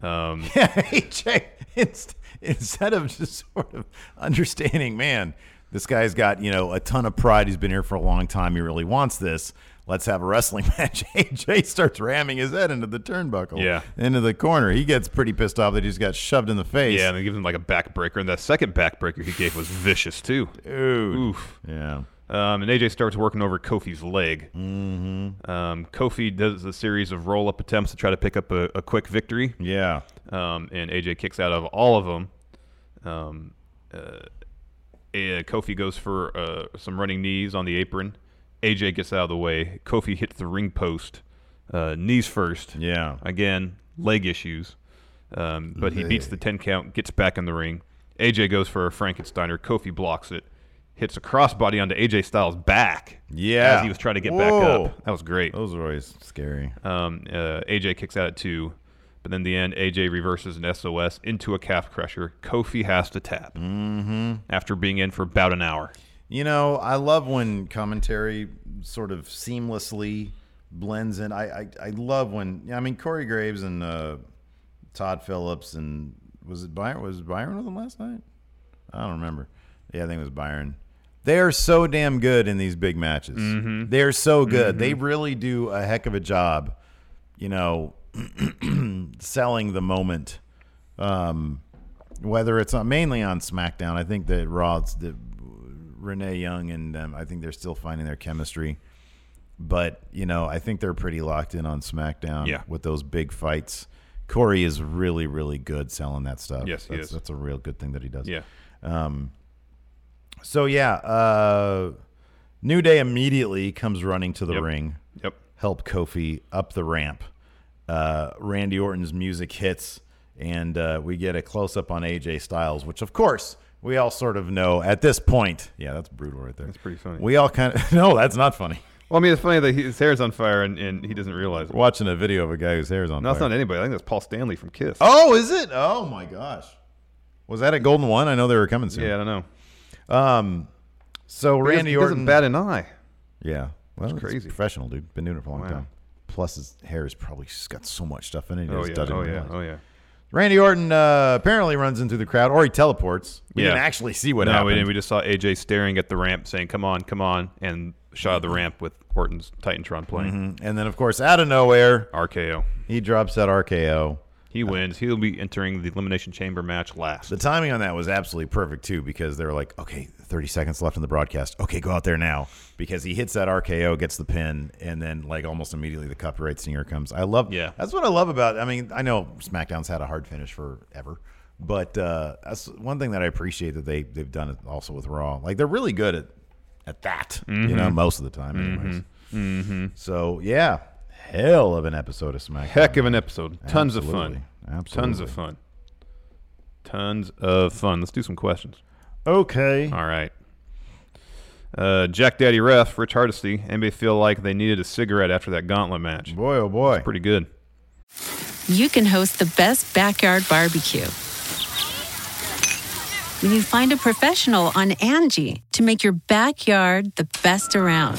Speaker 2: Um,
Speaker 1: Yeah, AJ. inst- Instead of just sort of understanding, man, this guy's got you know a ton of pride. He's been here for a long time. He really wants this. Let's have a wrestling match. AJ starts ramming his head into the turnbuckle,
Speaker 2: Yeah.
Speaker 1: into the corner. He gets pretty pissed off that he's got shoved in the face.
Speaker 2: yeah. And then gives him, like, a backbreaker. And that second backbreaker he gave was vicious, too.
Speaker 1: dude.
Speaker 2: Oof.
Speaker 1: Yeah,
Speaker 2: Um, and AJ starts working over Kofi's leg. Mm-hmm. Um, Kofi does a series of roll up attempts to try to pick up a, a quick victory,
Speaker 1: yeah.
Speaker 2: um, and AJ kicks out of all of them. Um, uh, eh, Kofi goes for uh, some running knees on the apron. AJ gets out of the way. Kofi hits the ring post, uh, knees first.
Speaker 1: Yeah.
Speaker 2: Again, leg issues. Um, but he beats the 10 count, gets back in the ring. AJ goes for a Frankensteiner. Kofi blocks it, hits a crossbody onto AJ Styles' back.
Speaker 1: Yeah.
Speaker 2: As he was trying to get
Speaker 1: Whoa.
Speaker 2: back up. That was great.
Speaker 1: Those are always scary.
Speaker 2: Um, uh, AJ kicks out at two. But then the end, AJ reverses an SOS into a calf crusher. Kofi has to tap after being in for about an hour.
Speaker 1: You know, I love when commentary sort of seamlessly blends in. I I, I love when I mean Corey Graves and uh, Todd Phillips and was it Byron was Byron with them last night? I don't remember. Yeah, I think it was Byron. They are so damn good in these big matches.
Speaker 2: Mm-hmm.
Speaker 1: They are so good. They really do a heck of a job, you know, selling the moment. Um, whether it's on, mainly on SmackDown, I think that Raw's the Renee Young and um, I think they're still finding their chemistry. But you know, I think they're pretty locked in on SmackDown
Speaker 2: Yeah.
Speaker 1: with those big fights. Corey is really, really good selling that stuff.
Speaker 2: Yes, he
Speaker 1: that's,
Speaker 2: is.
Speaker 1: That's a real good thing that he does.
Speaker 2: Yeah.
Speaker 1: Um, so yeah, uh, New Day immediately comes running to the
Speaker 2: Yep.
Speaker 1: ring.
Speaker 2: Yep.
Speaker 1: Help Kofi up the ramp. Uh, Randy Orton's music hits, and uh, we get a close up on AJ Styles, which of course we all sort of know at this point. Yeah, that's brutal right there. That's
Speaker 2: pretty funny.
Speaker 1: We all kind of no, that's not funny.
Speaker 2: Well, I mean, it's funny that he, his hair's on fire and, and he doesn't realize it.
Speaker 1: Watching a video of a guy whose hair is on
Speaker 2: No, it's
Speaker 1: fire.
Speaker 2: not anybody. I think that's Paul Stanley from Kiss.
Speaker 1: Oh, is it? Oh my gosh. Was that at Golden One? I know they were coming soon.
Speaker 2: yeah, I don't know.
Speaker 1: Um so
Speaker 2: He doesn't-
Speaker 1: Randy
Speaker 2: he
Speaker 1: Orton
Speaker 2: doesn't bat an eye.
Speaker 1: Yeah. Well,
Speaker 2: It's
Speaker 1: he's
Speaker 2: crazy.
Speaker 1: professional dude. Been doing it for a long
Speaker 2: Wow.
Speaker 1: time. Plus his hair is probably just got so much stuff in it. he
Speaker 2: Oh
Speaker 1: just
Speaker 2: yeah.
Speaker 1: doesn't
Speaker 2: Oh yeah.
Speaker 1: realize.
Speaker 2: Oh yeah.
Speaker 1: Randy Orton uh, apparently runs into the crowd or he teleports. We
Speaker 2: Yeah.
Speaker 1: didn't actually see what
Speaker 2: no,
Speaker 1: happened.
Speaker 2: we didn't. We just saw AJ staring at the ramp, saying, "Come on, come on!" and shot of the ramp with Orton's Titantron playing.
Speaker 1: Mhm. And then of course out of nowhere,
Speaker 2: RKO.
Speaker 1: he drops that RKO.
Speaker 2: He wins. He'll be entering the elimination chamber match last.
Speaker 1: The timing on that was absolutely perfect too, because they were like, okay, 30 seconds left in the broadcast. Okay, go out there now, because he hits that RKO, gets the pin, and then like almost immediately the copyright singer comes. I love,
Speaker 2: Yeah.
Speaker 1: that's what I love about. I mean, I know SmackDown's had a hard finish forever, but uh, that's one thing that I appreciate that they they've done it also with Raw. Like they're really good at at that, you
Speaker 2: Mm-hmm.
Speaker 1: know, most of the time, anyways. So yeah, hell of an episode of SmackDown.
Speaker 2: Heck of an episode. Tons of
Speaker 1: Absolutely.
Speaker 2: fun. Tons
Speaker 1: Absolutely.
Speaker 2: of fun. Tons of fun. Let's do some questions.
Speaker 1: Okay.
Speaker 2: All right. Uh, Jack Daddy Ref, Rich Hardesty. Anybody feel like they needed a cigarette after that gauntlet match?
Speaker 1: Boy, oh boy.
Speaker 2: Pretty good.
Speaker 5: you can host the best backyard barbecue. When you find a professional on Angie to make your backyard the best around.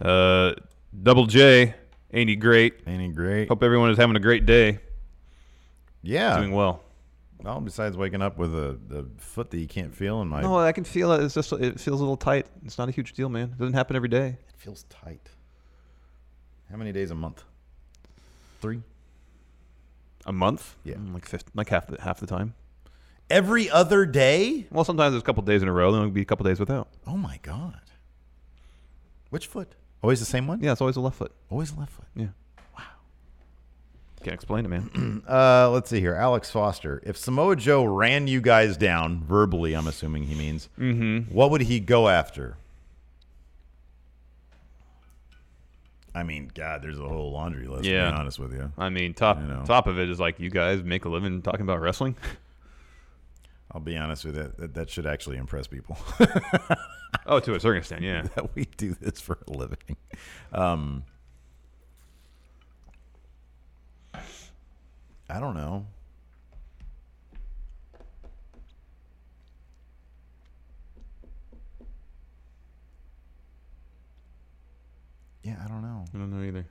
Speaker 2: Uh, Double J, ain't he great?
Speaker 1: Ain't he great?
Speaker 2: Hope everyone is having a great day,
Speaker 1: Yeah.
Speaker 2: doing well.
Speaker 1: Well, besides waking up with a the foot that you can't feel in my
Speaker 2: No, I can feel it. It's just it feels a little tight. It's not a huge deal, man. It doesn't happen every day.
Speaker 1: it feels tight. How many days a month? Three.
Speaker 2: A month?
Speaker 1: Yeah.
Speaker 2: Mm, like 50, like half the half the time.
Speaker 1: Every other day?
Speaker 2: Well, sometimes there's a couple days in a row, then it'll be a couple days without.
Speaker 1: Oh my god. Which foot? Always the same one?
Speaker 2: Yeah, it's always a left foot.
Speaker 1: Always the left foot.
Speaker 2: Yeah. Wow. Can't explain it, man.
Speaker 1: Uh, let's see here. Alex Foster. If Samoa Joe ran you guys down verbally, I'm assuming he means. Mm-hmm. What would he go after? I mean, God, there's a whole laundry list. To
Speaker 2: Yeah.
Speaker 1: be honest with you.
Speaker 2: I mean, top
Speaker 1: You know.
Speaker 2: top of it is like you guys make a living talking about wrestling.
Speaker 1: I'll be honest with you. That, that should actually impress people
Speaker 2: oh, to a certain extent, yeah.
Speaker 1: that we do this for a living. Um, I don't know. Yeah, I don't know.
Speaker 2: I don't know either.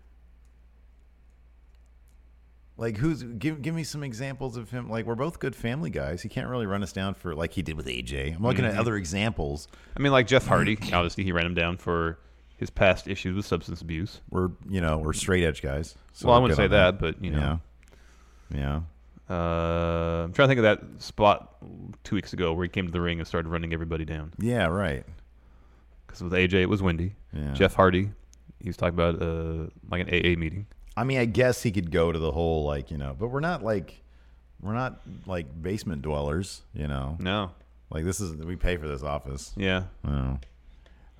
Speaker 1: Like, who's give give me some examples of him? Like, we're both good family guys. He can't really run us down for like he did with AJ. I'm looking
Speaker 2: Mm-hmm.
Speaker 1: at other examples.
Speaker 2: I mean, like Jeff Hardy, obviously he ran him down for his past issues with substance abuse.
Speaker 1: We're you know we're straight edge guys. So
Speaker 2: well, I
Speaker 1: we're
Speaker 2: wouldn't
Speaker 1: good
Speaker 2: say
Speaker 1: on
Speaker 2: that, but you know,
Speaker 1: Yeah. Yeah.
Speaker 2: uh, I'm trying to think of that spot two weeks ago where he came to the ring and started running everybody down.
Speaker 1: Yeah, right.
Speaker 2: Because with AJ, it was Wendy.
Speaker 1: Yeah.
Speaker 2: Jeff Hardy He was talking about uh, like an AA meeting.
Speaker 1: I mean, I guess he could go to the whole like you know, but we're not like we're not like basement dwellers, you know.
Speaker 2: No,
Speaker 1: like this is we pay for this office.
Speaker 2: Yeah.
Speaker 1: Well,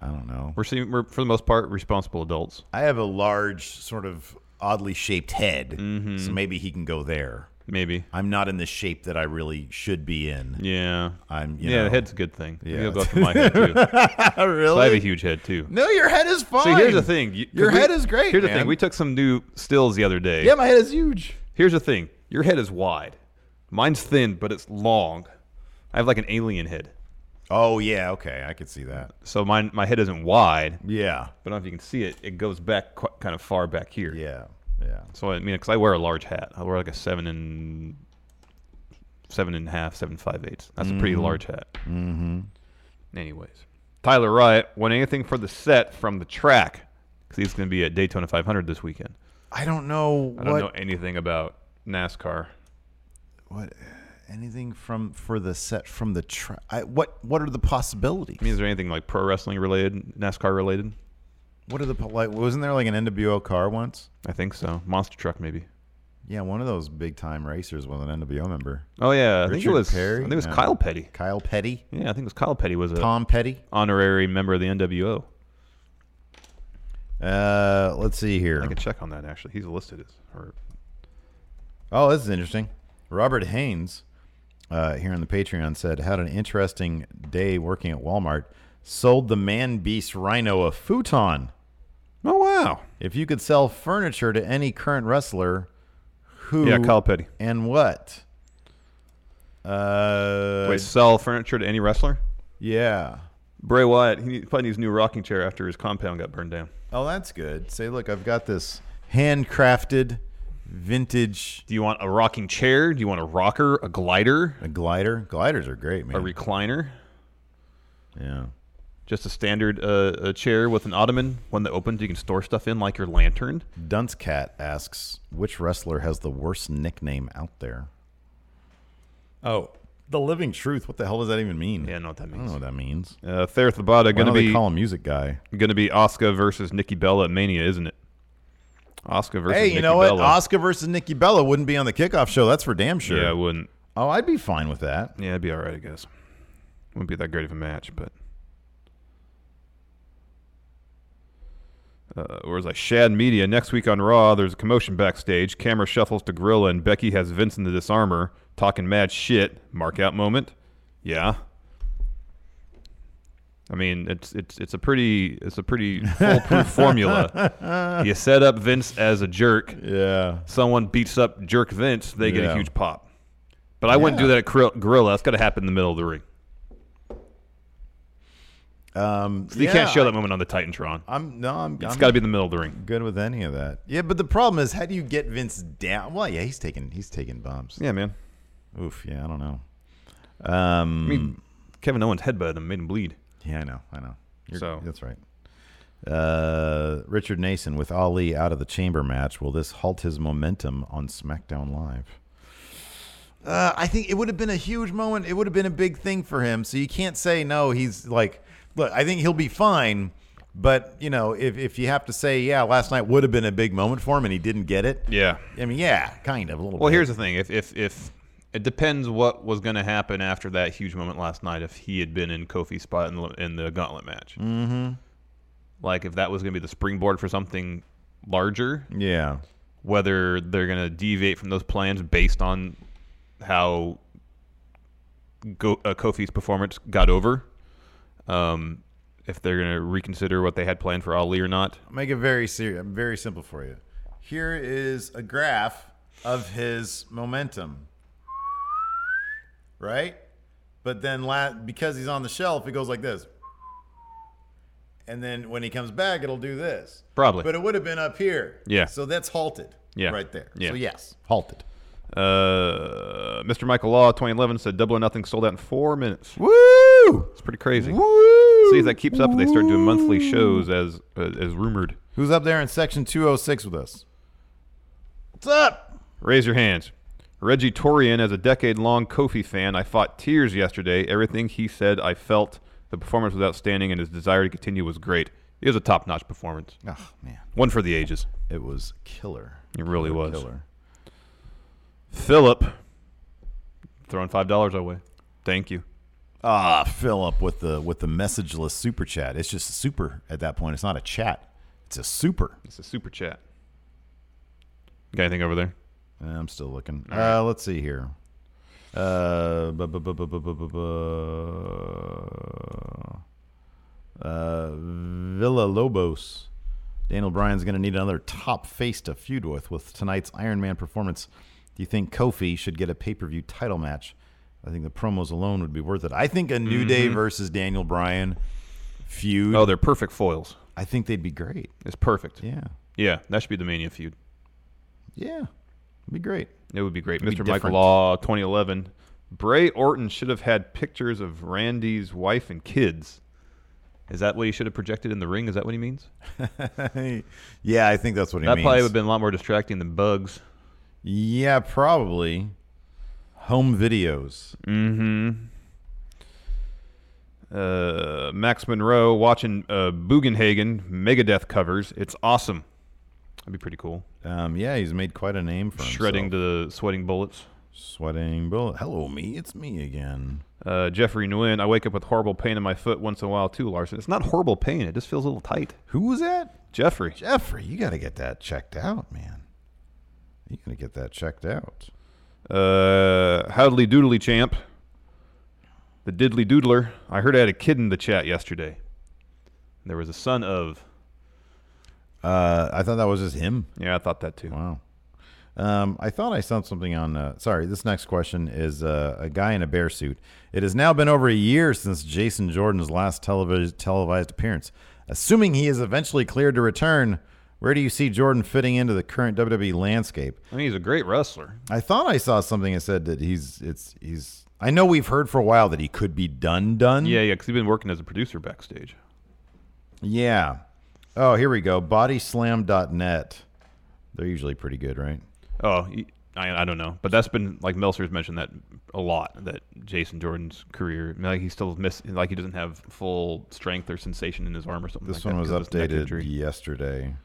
Speaker 1: I don't know.
Speaker 2: We're, seem, we're for the most part responsible adults.
Speaker 1: I have a large, sort of oddly shaped head,
Speaker 2: Mm-hmm.
Speaker 1: so maybe he can go there.
Speaker 2: Maybe
Speaker 1: I'm not in the shape that I really should be in.
Speaker 2: Yeah.
Speaker 1: I'm. You
Speaker 2: yeah,
Speaker 1: know.
Speaker 2: the head's a good thing. Maybe
Speaker 1: Yeah.
Speaker 2: I'll go after my head too. So I have a
Speaker 1: Really?
Speaker 2: huge head too.
Speaker 1: No, your head is fine.
Speaker 2: See, here's the thing. You- 'cause
Speaker 1: your
Speaker 2: we-
Speaker 1: head is great.
Speaker 2: Here's the
Speaker 1: man.
Speaker 2: thing. We took some new stills the other day.
Speaker 1: yeah, my head is huge.
Speaker 2: Here's the thing. Your head is wide. Mine's thin, but it's long. I have like an alien head.
Speaker 1: Oh yeah, okay, I could see that.
Speaker 2: So mine, my head isn't wide.
Speaker 1: Yeah.
Speaker 2: But I don't know if you can see it. It goes back qu- kind of far back here.
Speaker 1: Yeah. Yeah.
Speaker 2: So I mean, because I wear a large hat. I wear like a seven and seven and a half, seven five eighths. That's a pretty
Speaker 1: Mhm.
Speaker 2: large hat.
Speaker 1: Mm-hmm.
Speaker 2: Anyways, Tyler Wright won anything for the set from the track because he's going to be at Daytona 500 this weekend.
Speaker 1: I don't know
Speaker 2: I
Speaker 1: what
Speaker 2: don't know anything about NASCAR.
Speaker 1: what anything from for the set from the tra- I, what what are the possibilities?
Speaker 2: I mean, is there anything like pro wrestling related, NASCAR related?
Speaker 1: What are the po- like? Wasn't there like an NWO car once?
Speaker 2: I think so. Monster truck maybe.
Speaker 1: Yeah, one of those big time racers was an NWO member.
Speaker 2: Oh yeah, I think it
Speaker 1: Richard
Speaker 2: was.
Speaker 1: Perry?
Speaker 2: I think it was
Speaker 1: No.
Speaker 2: Kyle Petty.
Speaker 1: Kyle Petty.
Speaker 2: Yeah, I think it was Kyle Petty was a
Speaker 1: Tom Petty.
Speaker 2: honorary member of the NWO.
Speaker 1: Uh, let's see here.
Speaker 2: I can check on that actually. He's listed as or
Speaker 1: Oh, this is interesting. Robert Haynes uh, here on the Patreon said, had an interesting day working at Walmart. Sold the man beast rhino a futon.
Speaker 2: Oh, wow.
Speaker 1: If you could sell furniture to any current wrestler, who?
Speaker 2: Yeah, Kyle Petty.
Speaker 1: And what? Uh,
Speaker 2: Wait, sell furniture to any wrestler?
Speaker 1: Yeah.
Speaker 2: Bray Wyatt, he need- probably needs a new rocking chair after his compound got burned down.
Speaker 1: Oh, that's good. Say, look, I've got this handcrafted vintage
Speaker 2: Do you want a rocking chair? Do you want a rocker? A glider?
Speaker 1: a glider. Gliders are great, man.
Speaker 2: A recliner?
Speaker 1: yeah.
Speaker 2: Just a standard uh, a chair with an ottoman, one that opens you can store stuff in, like your lantern.
Speaker 1: Dunce Cat asks, which wrestler has the worst nickname out there? Oh, the Living Truth. What the hell does that even mean?
Speaker 2: Yeah, I know what that
Speaker 1: I don't
Speaker 2: means.
Speaker 1: know what that means.
Speaker 2: Uh, Thera Thabata
Speaker 1: Why
Speaker 2: going to
Speaker 1: don't they
Speaker 2: be
Speaker 1: call him Music Guy?
Speaker 2: going to be Oscar versus Nikki Bella at Mania, isn't it? Oscar versus
Speaker 1: Hey, you
Speaker 2: Nikki
Speaker 1: know what?
Speaker 2: Bella.
Speaker 1: Oscar versus Nikki Bella wouldn't be on the kickoff show. That's for damn sure.
Speaker 2: Yeah, I wouldn't.
Speaker 1: oh, I'd be fine with that.
Speaker 2: Yeah, it'd be all right, I guess. Wouldn't be that great of a match, but. Uh, or as I Shad Media next week on Raw, there's a commotion backstage. Camera shuffles to Gorilla, and Becky has Vince in the disarmer, talking mad shit. Mark out moment. Yeah. I mean, it's it's it's a pretty it's a pretty foolproof formula. You set up Vince as a jerk.
Speaker 1: Yeah.
Speaker 2: Someone beats up jerk Vince, they get a
Speaker 1: Yeah.
Speaker 2: huge pop. But I wouldn't do that at Gorilla. Gorilla. That's got to happen in the middle of the ring.
Speaker 1: Um,
Speaker 2: You can't
Speaker 1: yeah,
Speaker 2: show that moment on the Titantron.
Speaker 1: I'm no, I'm.
Speaker 2: It's
Speaker 1: I'm
Speaker 2: got to be in the middle of the ring.
Speaker 1: good with any of that. Yeah, but the problem is, how do you get Vince down? Well, yeah, he's taking he's taking bumps.
Speaker 2: Yeah, man.
Speaker 1: Oof. Yeah, I don't know. Um,
Speaker 2: I mean, Kevin Owens headbutted him, made him bleed.
Speaker 1: Yeah, I know. I know. You're,
Speaker 2: So-
Speaker 1: that's right. Uh, Richard Nason with Ali out of the chamber match. Will this halt his momentum on SmackDown Live? Uh, I think it would have been a huge moment. It would have been a big thing for him. So you can't say no. He's like, look, I think he'll be fine. But you know, if if you have to say, yeah, last night would have been a big moment for him, and he didn't get it.
Speaker 2: Yeah.
Speaker 1: I mean, yeah, kind of a little.
Speaker 2: Well,
Speaker 1: bit.
Speaker 2: here's the thing. If if if it depends what was going to happen after that huge moment last night. If he had been in Kofi's spot in the, in the gauntlet match, mm-hmm. like if that was going to be the springboard for something larger,
Speaker 1: yeah,
Speaker 2: whether they're going to deviate from those plans based on how Go, uh, Kofi's performance got over. Um, if they're going to reconsider what they had planned for Ali or not.
Speaker 1: make it very serious, very simple for you. Here is a graph of his momentum, right? But then, la- because he's on the shelf, it goes like this, and then when he comes back, it'll do this.
Speaker 2: Probably.
Speaker 1: but it would have been up here.
Speaker 2: Yeah.
Speaker 1: So that's halted.
Speaker 2: Yeah.
Speaker 1: right there.
Speaker 2: Yeah.
Speaker 1: So yes, halted.
Speaker 2: Uh, Mr. Michael Law, 2011, said Double or Nothing sold out in four minutes.
Speaker 1: Woo!
Speaker 2: It's pretty crazy.
Speaker 1: Woo!
Speaker 2: See if that keeps up, they start doing monthly shows as uh, as rumored.
Speaker 1: Who's up there in section 206 with us? What's up?
Speaker 2: Raise your hands. Reggie Torian, as a decade long Kofi fan, I fought tears yesterday. Everything he said, I felt. The performance was outstanding, and his desire to continue was great. It was a top notch performance.
Speaker 1: Oh man,
Speaker 2: one for the ages.
Speaker 1: It was killer.
Speaker 2: It really
Speaker 1: Killer,
Speaker 2: was.
Speaker 1: killer.
Speaker 2: Philip throwing five dollars our way. Thank you.
Speaker 1: Ah, Philip with the with the messageless super chat. It's just a super at that point. It's not a chat. It's a super.
Speaker 2: It's a super chat. Got anything over there?
Speaker 1: I'm still looking. Uh, let's see here. Uh, bu- bu- bu- bu- bu- bu- bu- bu- uh, Villa Lobos. Daniel Bryan's going to need another top face to feud with with tonight's Iron Man performance. Do you think Kofi should get a pay per view title match? I think the promos alone would be worth it. I think a New Day
Speaker 2: Mhm.
Speaker 1: versus Daniel Bryan feud.
Speaker 2: Oh, they're perfect foils.
Speaker 1: I think they'd be great.
Speaker 2: It's perfect.
Speaker 1: Yeah.
Speaker 2: Yeah, that should be the Mania feud.
Speaker 1: Yeah. It'd be great.
Speaker 2: It would be great.
Speaker 1: It'd be
Speaker 2: Mr. Michael
Speaker 1: different.
Speaker 2: Law, 2011. Bray Orton should have had pictures of Randy's wife and kids. Is that what he should have projected in the ring? Is that what he means?
Speaker 1: yeah, I think that's what he
Speaker 2: that
Speaker 1: means.
Speaker 2: probably would have been a lot more distracting than bugs.
Speaker 1: Yeah, probably. Home videos.
Speaker 2: Mm-hmm. Uh, Max Monroe watching uh, Bugenhagen Megadeth covers. It's awesome. That'd be pretty cool.
Speaker 1: Um, yeah, he's made quite a name for
Speaker 2: Shredding the sweating bullets.
Speaker 1: Sweating bullet. Hello, me. It's me again.
Speaker 2: Uh, Jeffrey Nguyen. I wake up with horrible pain in my foot once in a while too, Larson. It's not horrible pain. It just feels a little tight.
Speaker 1: Who was that?
Speaker 2: Jeffrey.
Speaker 1: Jeffrey, you got to get that checked out, man. You got to get that checked out.
Speaker 2: Uh, howdly doodly champ. The diddly doodler. I heard I had a kid in the chat yesterday. There was a son of.
Speaker 1: Uh, I thought that was just him.
Speaker 2: Yeah, I thought that too.
Speaker 1: Wow. Um, I thought I saw something on. Uh, sorry, this next question is uh, a guy in a bear suit. It has now been over a year since Jason Jordan's last televis- televised appearance. Assuming he is eventually cleared to return, where do you see Jordan fitting into the current WWE landscape?
Speaker 2: I mean, he's a great wrestler.
Speaker 1: I thought I saw something that said that he's it's he's. I know we've heard for a while that he could be done done.
Speaker 2: Yeah, yeah, because he's been working as a producer backstage.
Speaker 1: Yeah. Oh, here we go. Bodyslam.net. They're usually pretty good, right?
Speaker 2: Oh, he- I, I don't know, but that's been like Meltzer's mentioned that a lot. That Jason Jordan's career, I mean, like he still miss, like he doesn't have full strength or sensation in his arm or something.
Speaker 1: This
Speaker 2: like
Speaker 1: one
Speaker 2: that
Speaker 1: was
Speaker 2: because of his neck
Speaker 1: updated
Speaker 2: injury.
Speaker 1: yesterday.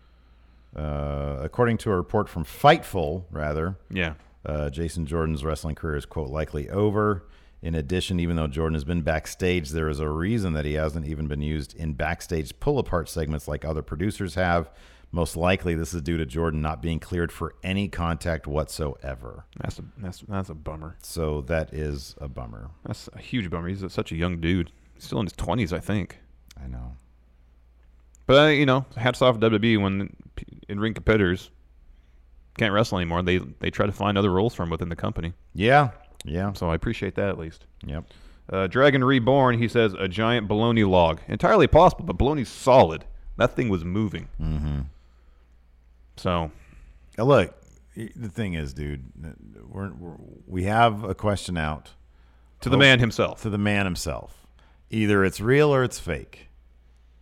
Speaker 1: Uh, according to a report from Fightful, rather.
Speaker 2: Yeah.
Speaker 1: Uh, Jason Jordan's wrestling career is, quote, likely over. In addition, even though Jordan has been backstage, there is a reason that he hasn't even been used in backstage pull apart segments like other producers have. Most likely, this is due to Jordan not being cleared for any contact whatsoever.
Speaker 2: That's a that's that's a bummer.
Speaker 1: So that is a bummer.
Speaker 2: That's a huge bummer. He's such a young dude, still in his twenties, I think.
Speaker 1: I know.
Speaker 2: But uh, you know, hats off to WWE when in ring competitors can't wrestle anymore. They they try to find other roles from within the company.
Speaker 1: Yeah. Yeah.
Speaker 2: So I appreciate that at least.
Speaker 1: Yep.
Speaker 2: Uh, Dragon Reborn, he says, a giant baloney log. Entirely possible, but baloney's solid. That thing was moving.
Speaker 1: Mm-hmm.
Speaker 2: So,
Speaker 1: Now, look, y- the thing is, dude, we're, we're, we have a question out
Speaker 2: To the man himself.
Speaker 1: Oh. To the man himself. Either it's real or it's fake.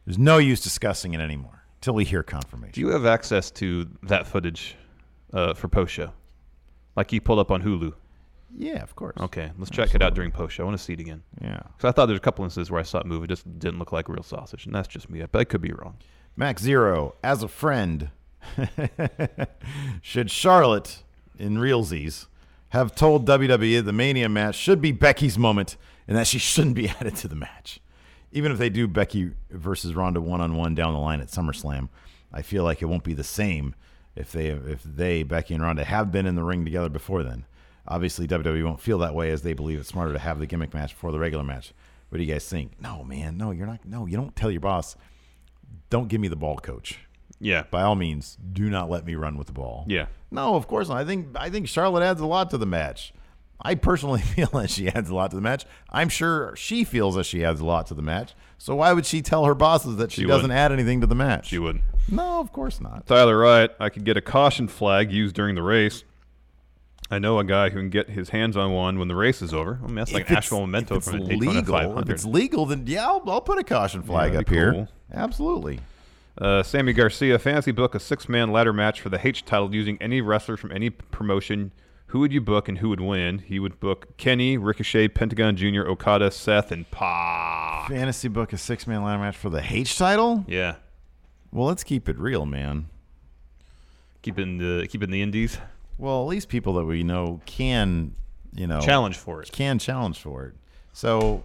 Speaker 1: There's no use discussing it anymore till we hear confirmation.
Speaker 2: do you have access to that footage uh, for post show? Like you pulled up on Hulu.
Speaker 1: Yeah, of course.
Speaker 2: Okay, let's check it out during post show. I want to see it again.
Speaker 1: Yeah.
Speaker 2: Because I thought there's a couple instances where I saw it move. It just didn't look like real sausage. And that's just me. But I could be wrong.
Speaker 1: Max Zero, as a friend, should Charlotte in realsies have told WWE the Mania match should be Becky's moment and that she shouldn't be added to the match? Even if they do Becky versus Ronda one on one down the line at SummerSlam, I feel like it won't be the same if they if they Becky and Ronda have been in the ring together before then. Obviously, WWE won't feel that way as they believe it's smarter to have the gimmick match before the regular match. What do you guys think? No, man, no, you're not. No, you don't tell your boss don't give me the ball, coach.
Speaker 2: Yeah.
Speaker 1: By all means, do not let me run with the ball.
Speaker 2: Yeah.
Speaker 1: No, of course not. I think I think Charlotte adds a lot to the match. I personally feel that she adds a lot to the match. I'm sure she feels that she adds a lot to the match. So why would she tell her bosses that she,
Speaker 2: She
Speaker 1: doesn't
Speaker 2: wouldn't.
Speaker 1: add anything to the match?
Speaker 2: She wouldn't.
Speaker 1: No, of course not.
Speaker 2: Tyler Wright, I could get a caution flag used during the race. I know a guy who can get his hands on one when the race is over. I mean, that's
Speaker 1: If
Speaker 2: like an
Speaker 1: it's-
Speaker 2: actual memento
Speaker 1: if it's
Speaker 2: from the Daytona
Speaker 1: legal, if
Speaker 2: 500.
Speaker 1: it's legal, then yeah, I'll, I'll put a caution flag
Speaker 2: that'd
Speaker 1: up
Speaker 2: be
Speaker 1: here.
Speaker 2: cool.
Speaker 1: Absolutely.
Speaker 2: Uh, Sammy Garcia, fantasy book a six-man ladder match for the H title using any wrestler from any p- promotion. Who would you book and who would win? He would book Kenny, Ricochet, Pentagon Jr., Okada, Seth, and Pa.
Speaker 1: Fantasy book a six man ladder match for the H title.
Speaker 2: Yeah,
Speaker 1: Well, let's keep it real, man.
Speaker 2: Keeping the keeping the indies.
Speaker 1: Well, at least people that we know can, you know,
Speaker 2: Challenge for it.
Speaker 1: Can challenge for it. So,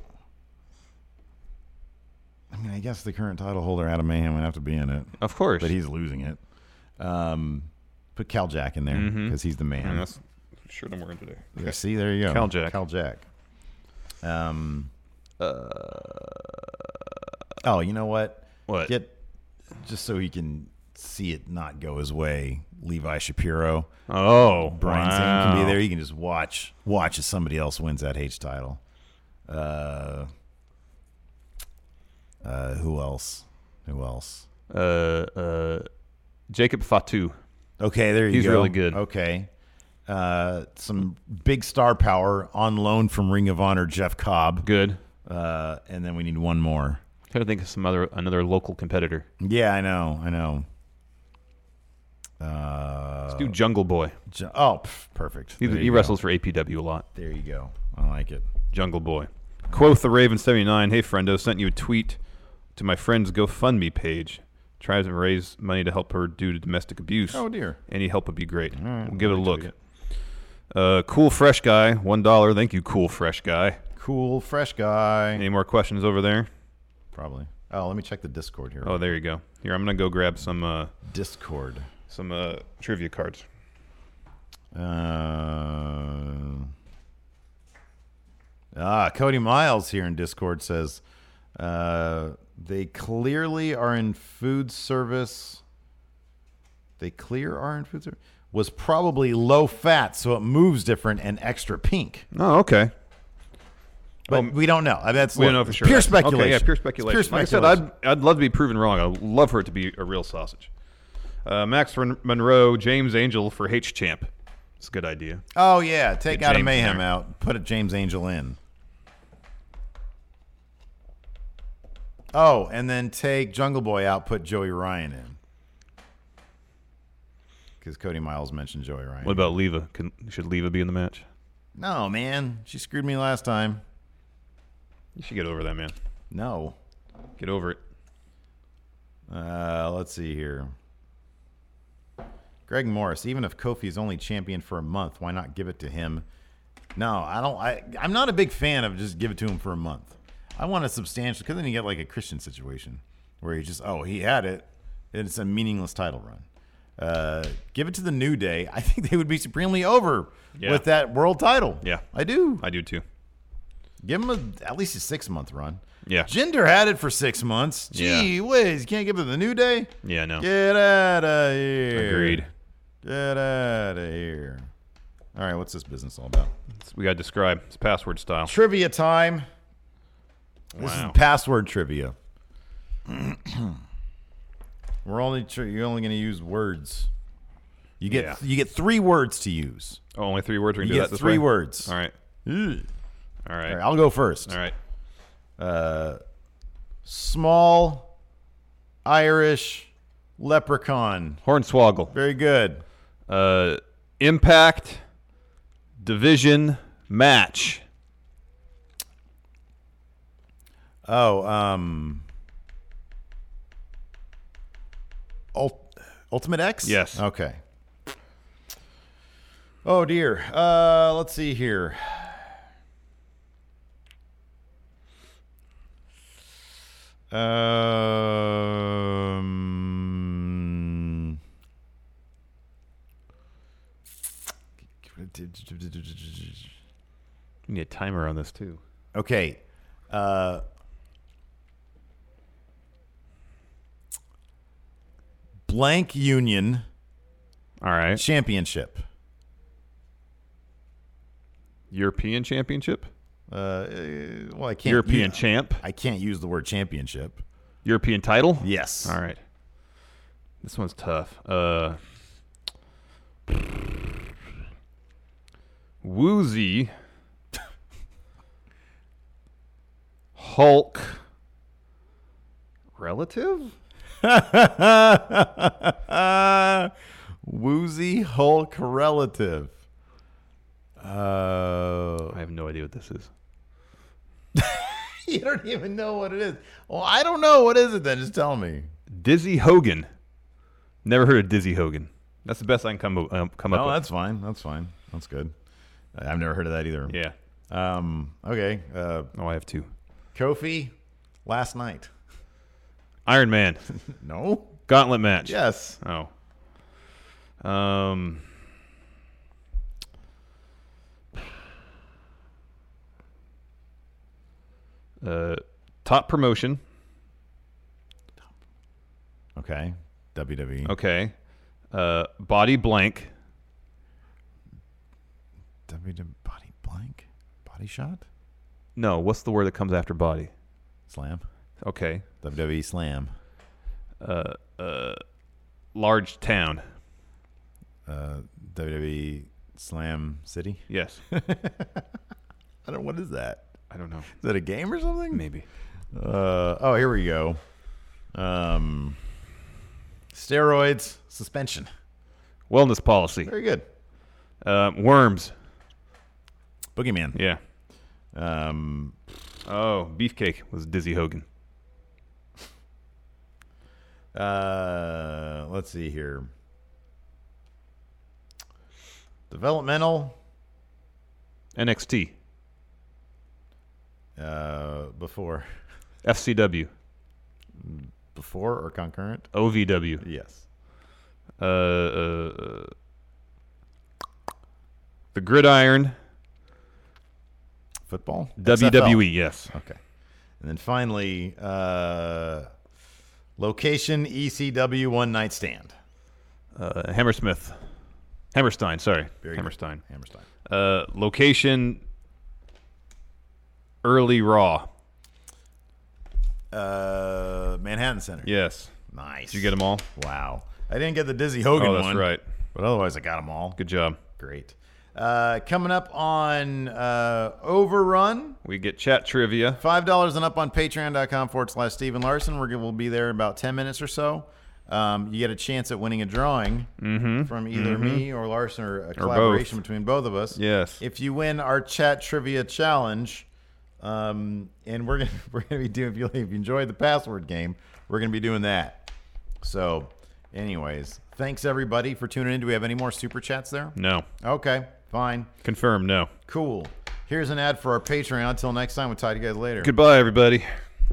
Speaker 1: I mean, I guess the current title holder, Adam Mayhem, would have to be in it,
Speaker 2: of course.
Speaker 1: but he's losing it. Um, put Cal Jack in there because
Speaker 2: Mhm.
Speaker 1: he's the man.
Speaker 2: And that's the shirt I'm wearing today.
Speaker 1: Yeah, see, there you go.
Speaker 2: Cal Jack.
Speaker 1: Cal Jack. Um, oh, you know what?
Speaker 2: Uh, What?
Speaker 1: Get just so he can see it not go his way. Levi Shapiro.
Speaker 2: Oh,
Speaker 1: Brian Zane can be
Speaker 2: wow.
Speaker 1: there. You can just watch watch as somebody else wins that H title. Uh, uh, who else? Who else?
Speaker 2: Uh, uh, Jacob Fatu.
Speaker 1: Okay, there you
Speaker 2: He's
Speaker 1: go.
Speaker 2: really good.
Speaker 1: Okay. Uh, some big star power on loan from Ring of Honor, Jeff Cobb.
Speaker 2: Good.
Speaker 1: Uh, and then we need one more.
Speaker 2: Trying to think of some other another local competitor.
Speaker 1: Yeah, I know. I know. Uh,
Speaker 2: Let's do Jungle Boy.
Speaker 1: Ju- oh, pff, perfect.
Speaker 2: He,
Speaker 1: There
Speaker 2: he
Speaker 1: you go.
Speaker 2: wrestles for APW a lot.
Speaker 1: There you go. I like it.
Speaker 2: Jungle Boy. Quoth the Raven seventy nine. Hey friendo, sent you a tweet to my friend's GoFundMe page. Tries to raise money to help her due to domestic abuse.
Speaker 1: Oh, dear.
Speaker 2: Any help would be great.
Speaker 1: right,
Speaker 2: we'll give it a
Speaker 1: I'll
Speaker 2: look.
Speaker 1: tweet
Speaker 2: Uh, cool fresh guy, one dollar. Thank you, cool fresh guy.
Speaker 1: Cool, fresh guy.
Speaker 2: Any more questions over there?
Speaker 1: Probably. Oh, let me check the Discord here.
Speaker 2: Oh, there you go. Here, I'm gonna go grab some uh,
Speaker 1: Discord.
Speaker 2: some uh, trivia cards.
Speaker 1: Uh, ah, Cody Miles here in Discord says uh, they clearly are in food service. They clear are in food service. Was probably low fat, so it moves different and extra pink.
Speaker 2: Oh, okay.
Speaker 1: But we don't know. I mean, that's
Speaker 2: Um, we don't know for sure.
Speaker 1: Pure
Speaker 2: Okay,
Speaker 1: speculation.
Speaker 2: yeah, pure
Speaker 1: It's
Speaker 2: speculation.
Speaker 1: Pure
Speaker 2: Like I
Speaker 1: speculation.
Speaker 2: said, I'd, I'd love to be proven wrong. I'd love for it to be a real sausage. Uh, Max Ren- Monroe, James Angel for H Champ. It's a good idea.
Speaker 1: oh yeah, take
Speaker 2: Get
Speaker 1: out a
Speaker 2: James in
Speaker 1: mayhem
Speaker 2: there.
Speaker 1: out. Put a James Angel in. Oh, and then take Jungle Boy out. Put Joey Ryan in. Because Cody Miles mentioned Joey Ryan.
Speaker 2: What about Leva? Can, should Leva be in the match?
Speaker 1: No, man, she screwed me last time.
Speaker 2: You should get over that, man.
Speaker 1: No.
Speaker 2: Get over it.
Speaker 1: Uh, let's see here. Greg Morris, even if Kofi is only champion for a month, why not give it to him? No, I don't. I, I'm not a big fan of just give it to him for a month. I want a substantial, because then you get like a Christian situation where you just, oh, he had it. and It's a meaningless title run. Uh, give it to the New Day. I think they would be supremely over
Speaker 2: Yeah.
Speaker 1: with that world title.
Speaker 2: Yeah.
Speaker 1: I do.
Speaker 2: I do too.
Speaker 1: Give him a, at least a six month run.
Speaker 2: Yeah.
Speaker 1: Gender had it for six months.
Speaker 2: Yeah.
Speaker 1: Gee whiz, you can't give it the new day.
Speaker 2: Yeah, no.
Speaker 1: Get out of here.
Speaker 2: Agreed.
Speaker 1: Get out of here. All right, what's this business all about?
Speaker 2: We got to describe. It's password style.
Speaker 1: Trivia time. This
Speaker 2: Wow.
Speaker 1: is password trivia. We're only tr- you're only going to use words. You get
Speaker 2: Yeah.
Speaker 1: you get three words to use.
Speaker 2: Oh, only three words. We're
Speaker 1: You
Speaker 2: gonna do
Speaker 1: get
Speaker 2: that this
Speaker 1: three
Speaker 2: way?
Speaker 1: words.
Speaker 2: All right.
Speaker 1: Ugh.
Speaker 2: All right.
Speaker 1: All right, I'll go first. Uh,
Speaker 2: All right.
Speaker 1: small Irish leprechaun.
Speaker 2: Hornswoggle.
Speaker 1: Very good.
Speaker 2: Uh, impact. Division. Match.
Speaker 1: Oh, um, Ult- Ultimate X.
Speaker 2: Yes.
Speaker 1: Okay. Oh dear. Uh, let's see here. Um.
Speaker 2: We need a timer on this too.
Speaker 1: Okay. Uh, blank Union
Speaker 2: All right.
Speaker 1: Championship.
Speaker 2: European Championship,
Speaker 1: Uh, uh, well, I can't.
Speaker 2: European
Speaker 1: u-
Speaker 2: champ,
Speaker 1: I can't use the word championship.
Speaker 2: European title.
Speaker 1: Yes.
Speaker 2: All right. This one's tough. Uh, Woozy, Hulk, relative.
Speaker 1: Woozy Hulk relative. Uh,
Speaker 2: I have no idea what this is.
Speaker 1: you don't even know what it is. Well, I don't know what is it. Then just tell me.
Speaker 2: Dizzy Hogan. Never heard of Dizzy Hogan. That's the best I can come up- um, come
Speaker 1: no,
Speaker 2: up
Speaker 1: that's fine. That's fine. That's good. I- I've never heard of that either.
Speaker 2: Yeah.
Speaker 1: Um, okay. Uh,
Speaker 2: oh, I have two.
Speaker 1: Kofi, last night.
Speaker 2: with. Iron Man.
Speaker 1: no.
Speaker 2: Gauntlet match.
Speaker 1: Yes.
Speaker 2: Oh. Um. Uh, top promotion.
Speaker 1: Okay. E. WWE.
Speaker 2: Okay. Uh, body blank.
Speaker 1: WWE E. body blank, body shot,
Speaker 2: No, what's the word that comes after body?
Speaker 1: slam.
Speaker 2: Okay.
Speaker 1: WWE slam.
Speaker 2: Uh, uh, large town.
Speaker 1: Uh, WWE E slam city.
Speaker 2: Yes.
Speaker 1: I don't. What is that?
Speaker 2: I don't know.
Speaker 1: Is that a game or something?
Speaker 2: Maybe.
Speaker 1: Uh, oh, here we go. Um, steroids suspension.
Speaker 2: Wellness policy.
Speaker 1: Very good.
Speaker 2: Um, worms.
Speaker 1: Boogeyman.
Speaker 2: Yeah.
Speaker 1: Um,
Speaker 2: Oh, beefcake was Dizzy Hogan.
Speaker 1: uh, let's see here. Developmental.
Speaker 2: NXT.
Speaker 1: Uh, before,
Speaker 2: FCW.
Speaker 1: before or concurrent?
Speaker 2: OVW.
Speaker 1: Yes.
Speaker 2: Uh, uh, uh, the Gridiron.
Speaker 1: Football.
Speaker 2: WWE. E, Yes.
Speaker 1: Okay. And then finally, uh, location ECW one night stand.
Speaker 2: Uh, Hammersmith. Hammerstein. Sorry.
Speaker 1: Very good.
Speaker 2: Hammerstein.
Speaker 1: Hammerstein.
Speaker 2: Uh, location. Early Raw.
Speaker 1: Uh, Manhattan Center.
Speaker 2: Yes.
Speaker 1: Nice.
Speaker 2: Did you get them all?
Speaker 1: Wow. I didn't get the Dizzy Hogan
Speaker 2: oh, that's
Speaker 1: one.
Speaker 2: right.
Speaker 1: But otherwise, I got them all.
Speaker 2: Good job.
Speaker 1: Great. Uh, coming up on uh, Overrun.
Speaker 2: We get chat trivia.
Speaker 1: Five dollars and up on patreon.com forward slash Stephen Larson. We're, we'll be there in about ten minutes or so. Um, you get a chance at winning a drawing from either me or Larson or a collaboration between both of us.
Speaker 2: Yes.
Speaker 1: If you win our chat trivia challenge, um, and we're gonna we're gonna be doing if you, if you enjoyed the password game, we're gonna be doing that. So, anyways, thanks everybody for tuning in. Do we have any more super chats there?
Speaker 2: No.
Speaker 1: Okay, fine,
Speaker 2: Confirm. No.
Speaker 1: cool. Here's an ad for our Patreon. Until next time, we'll talk to you guys later.
Speaker 2: Goodbye, everybody.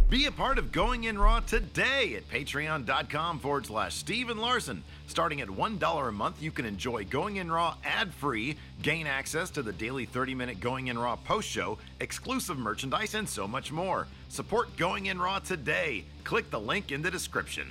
Speaker 1: Be a part of Going In Raw today at patreon.com forward slash Steven Larson. Starting at $1 a month, you can enjoy Going In Raw ad free, gain access to the daily 30 minute Going In Raw post show, exclusive merchandise, and so much more. Support Going In Raw today. Click the link in the description.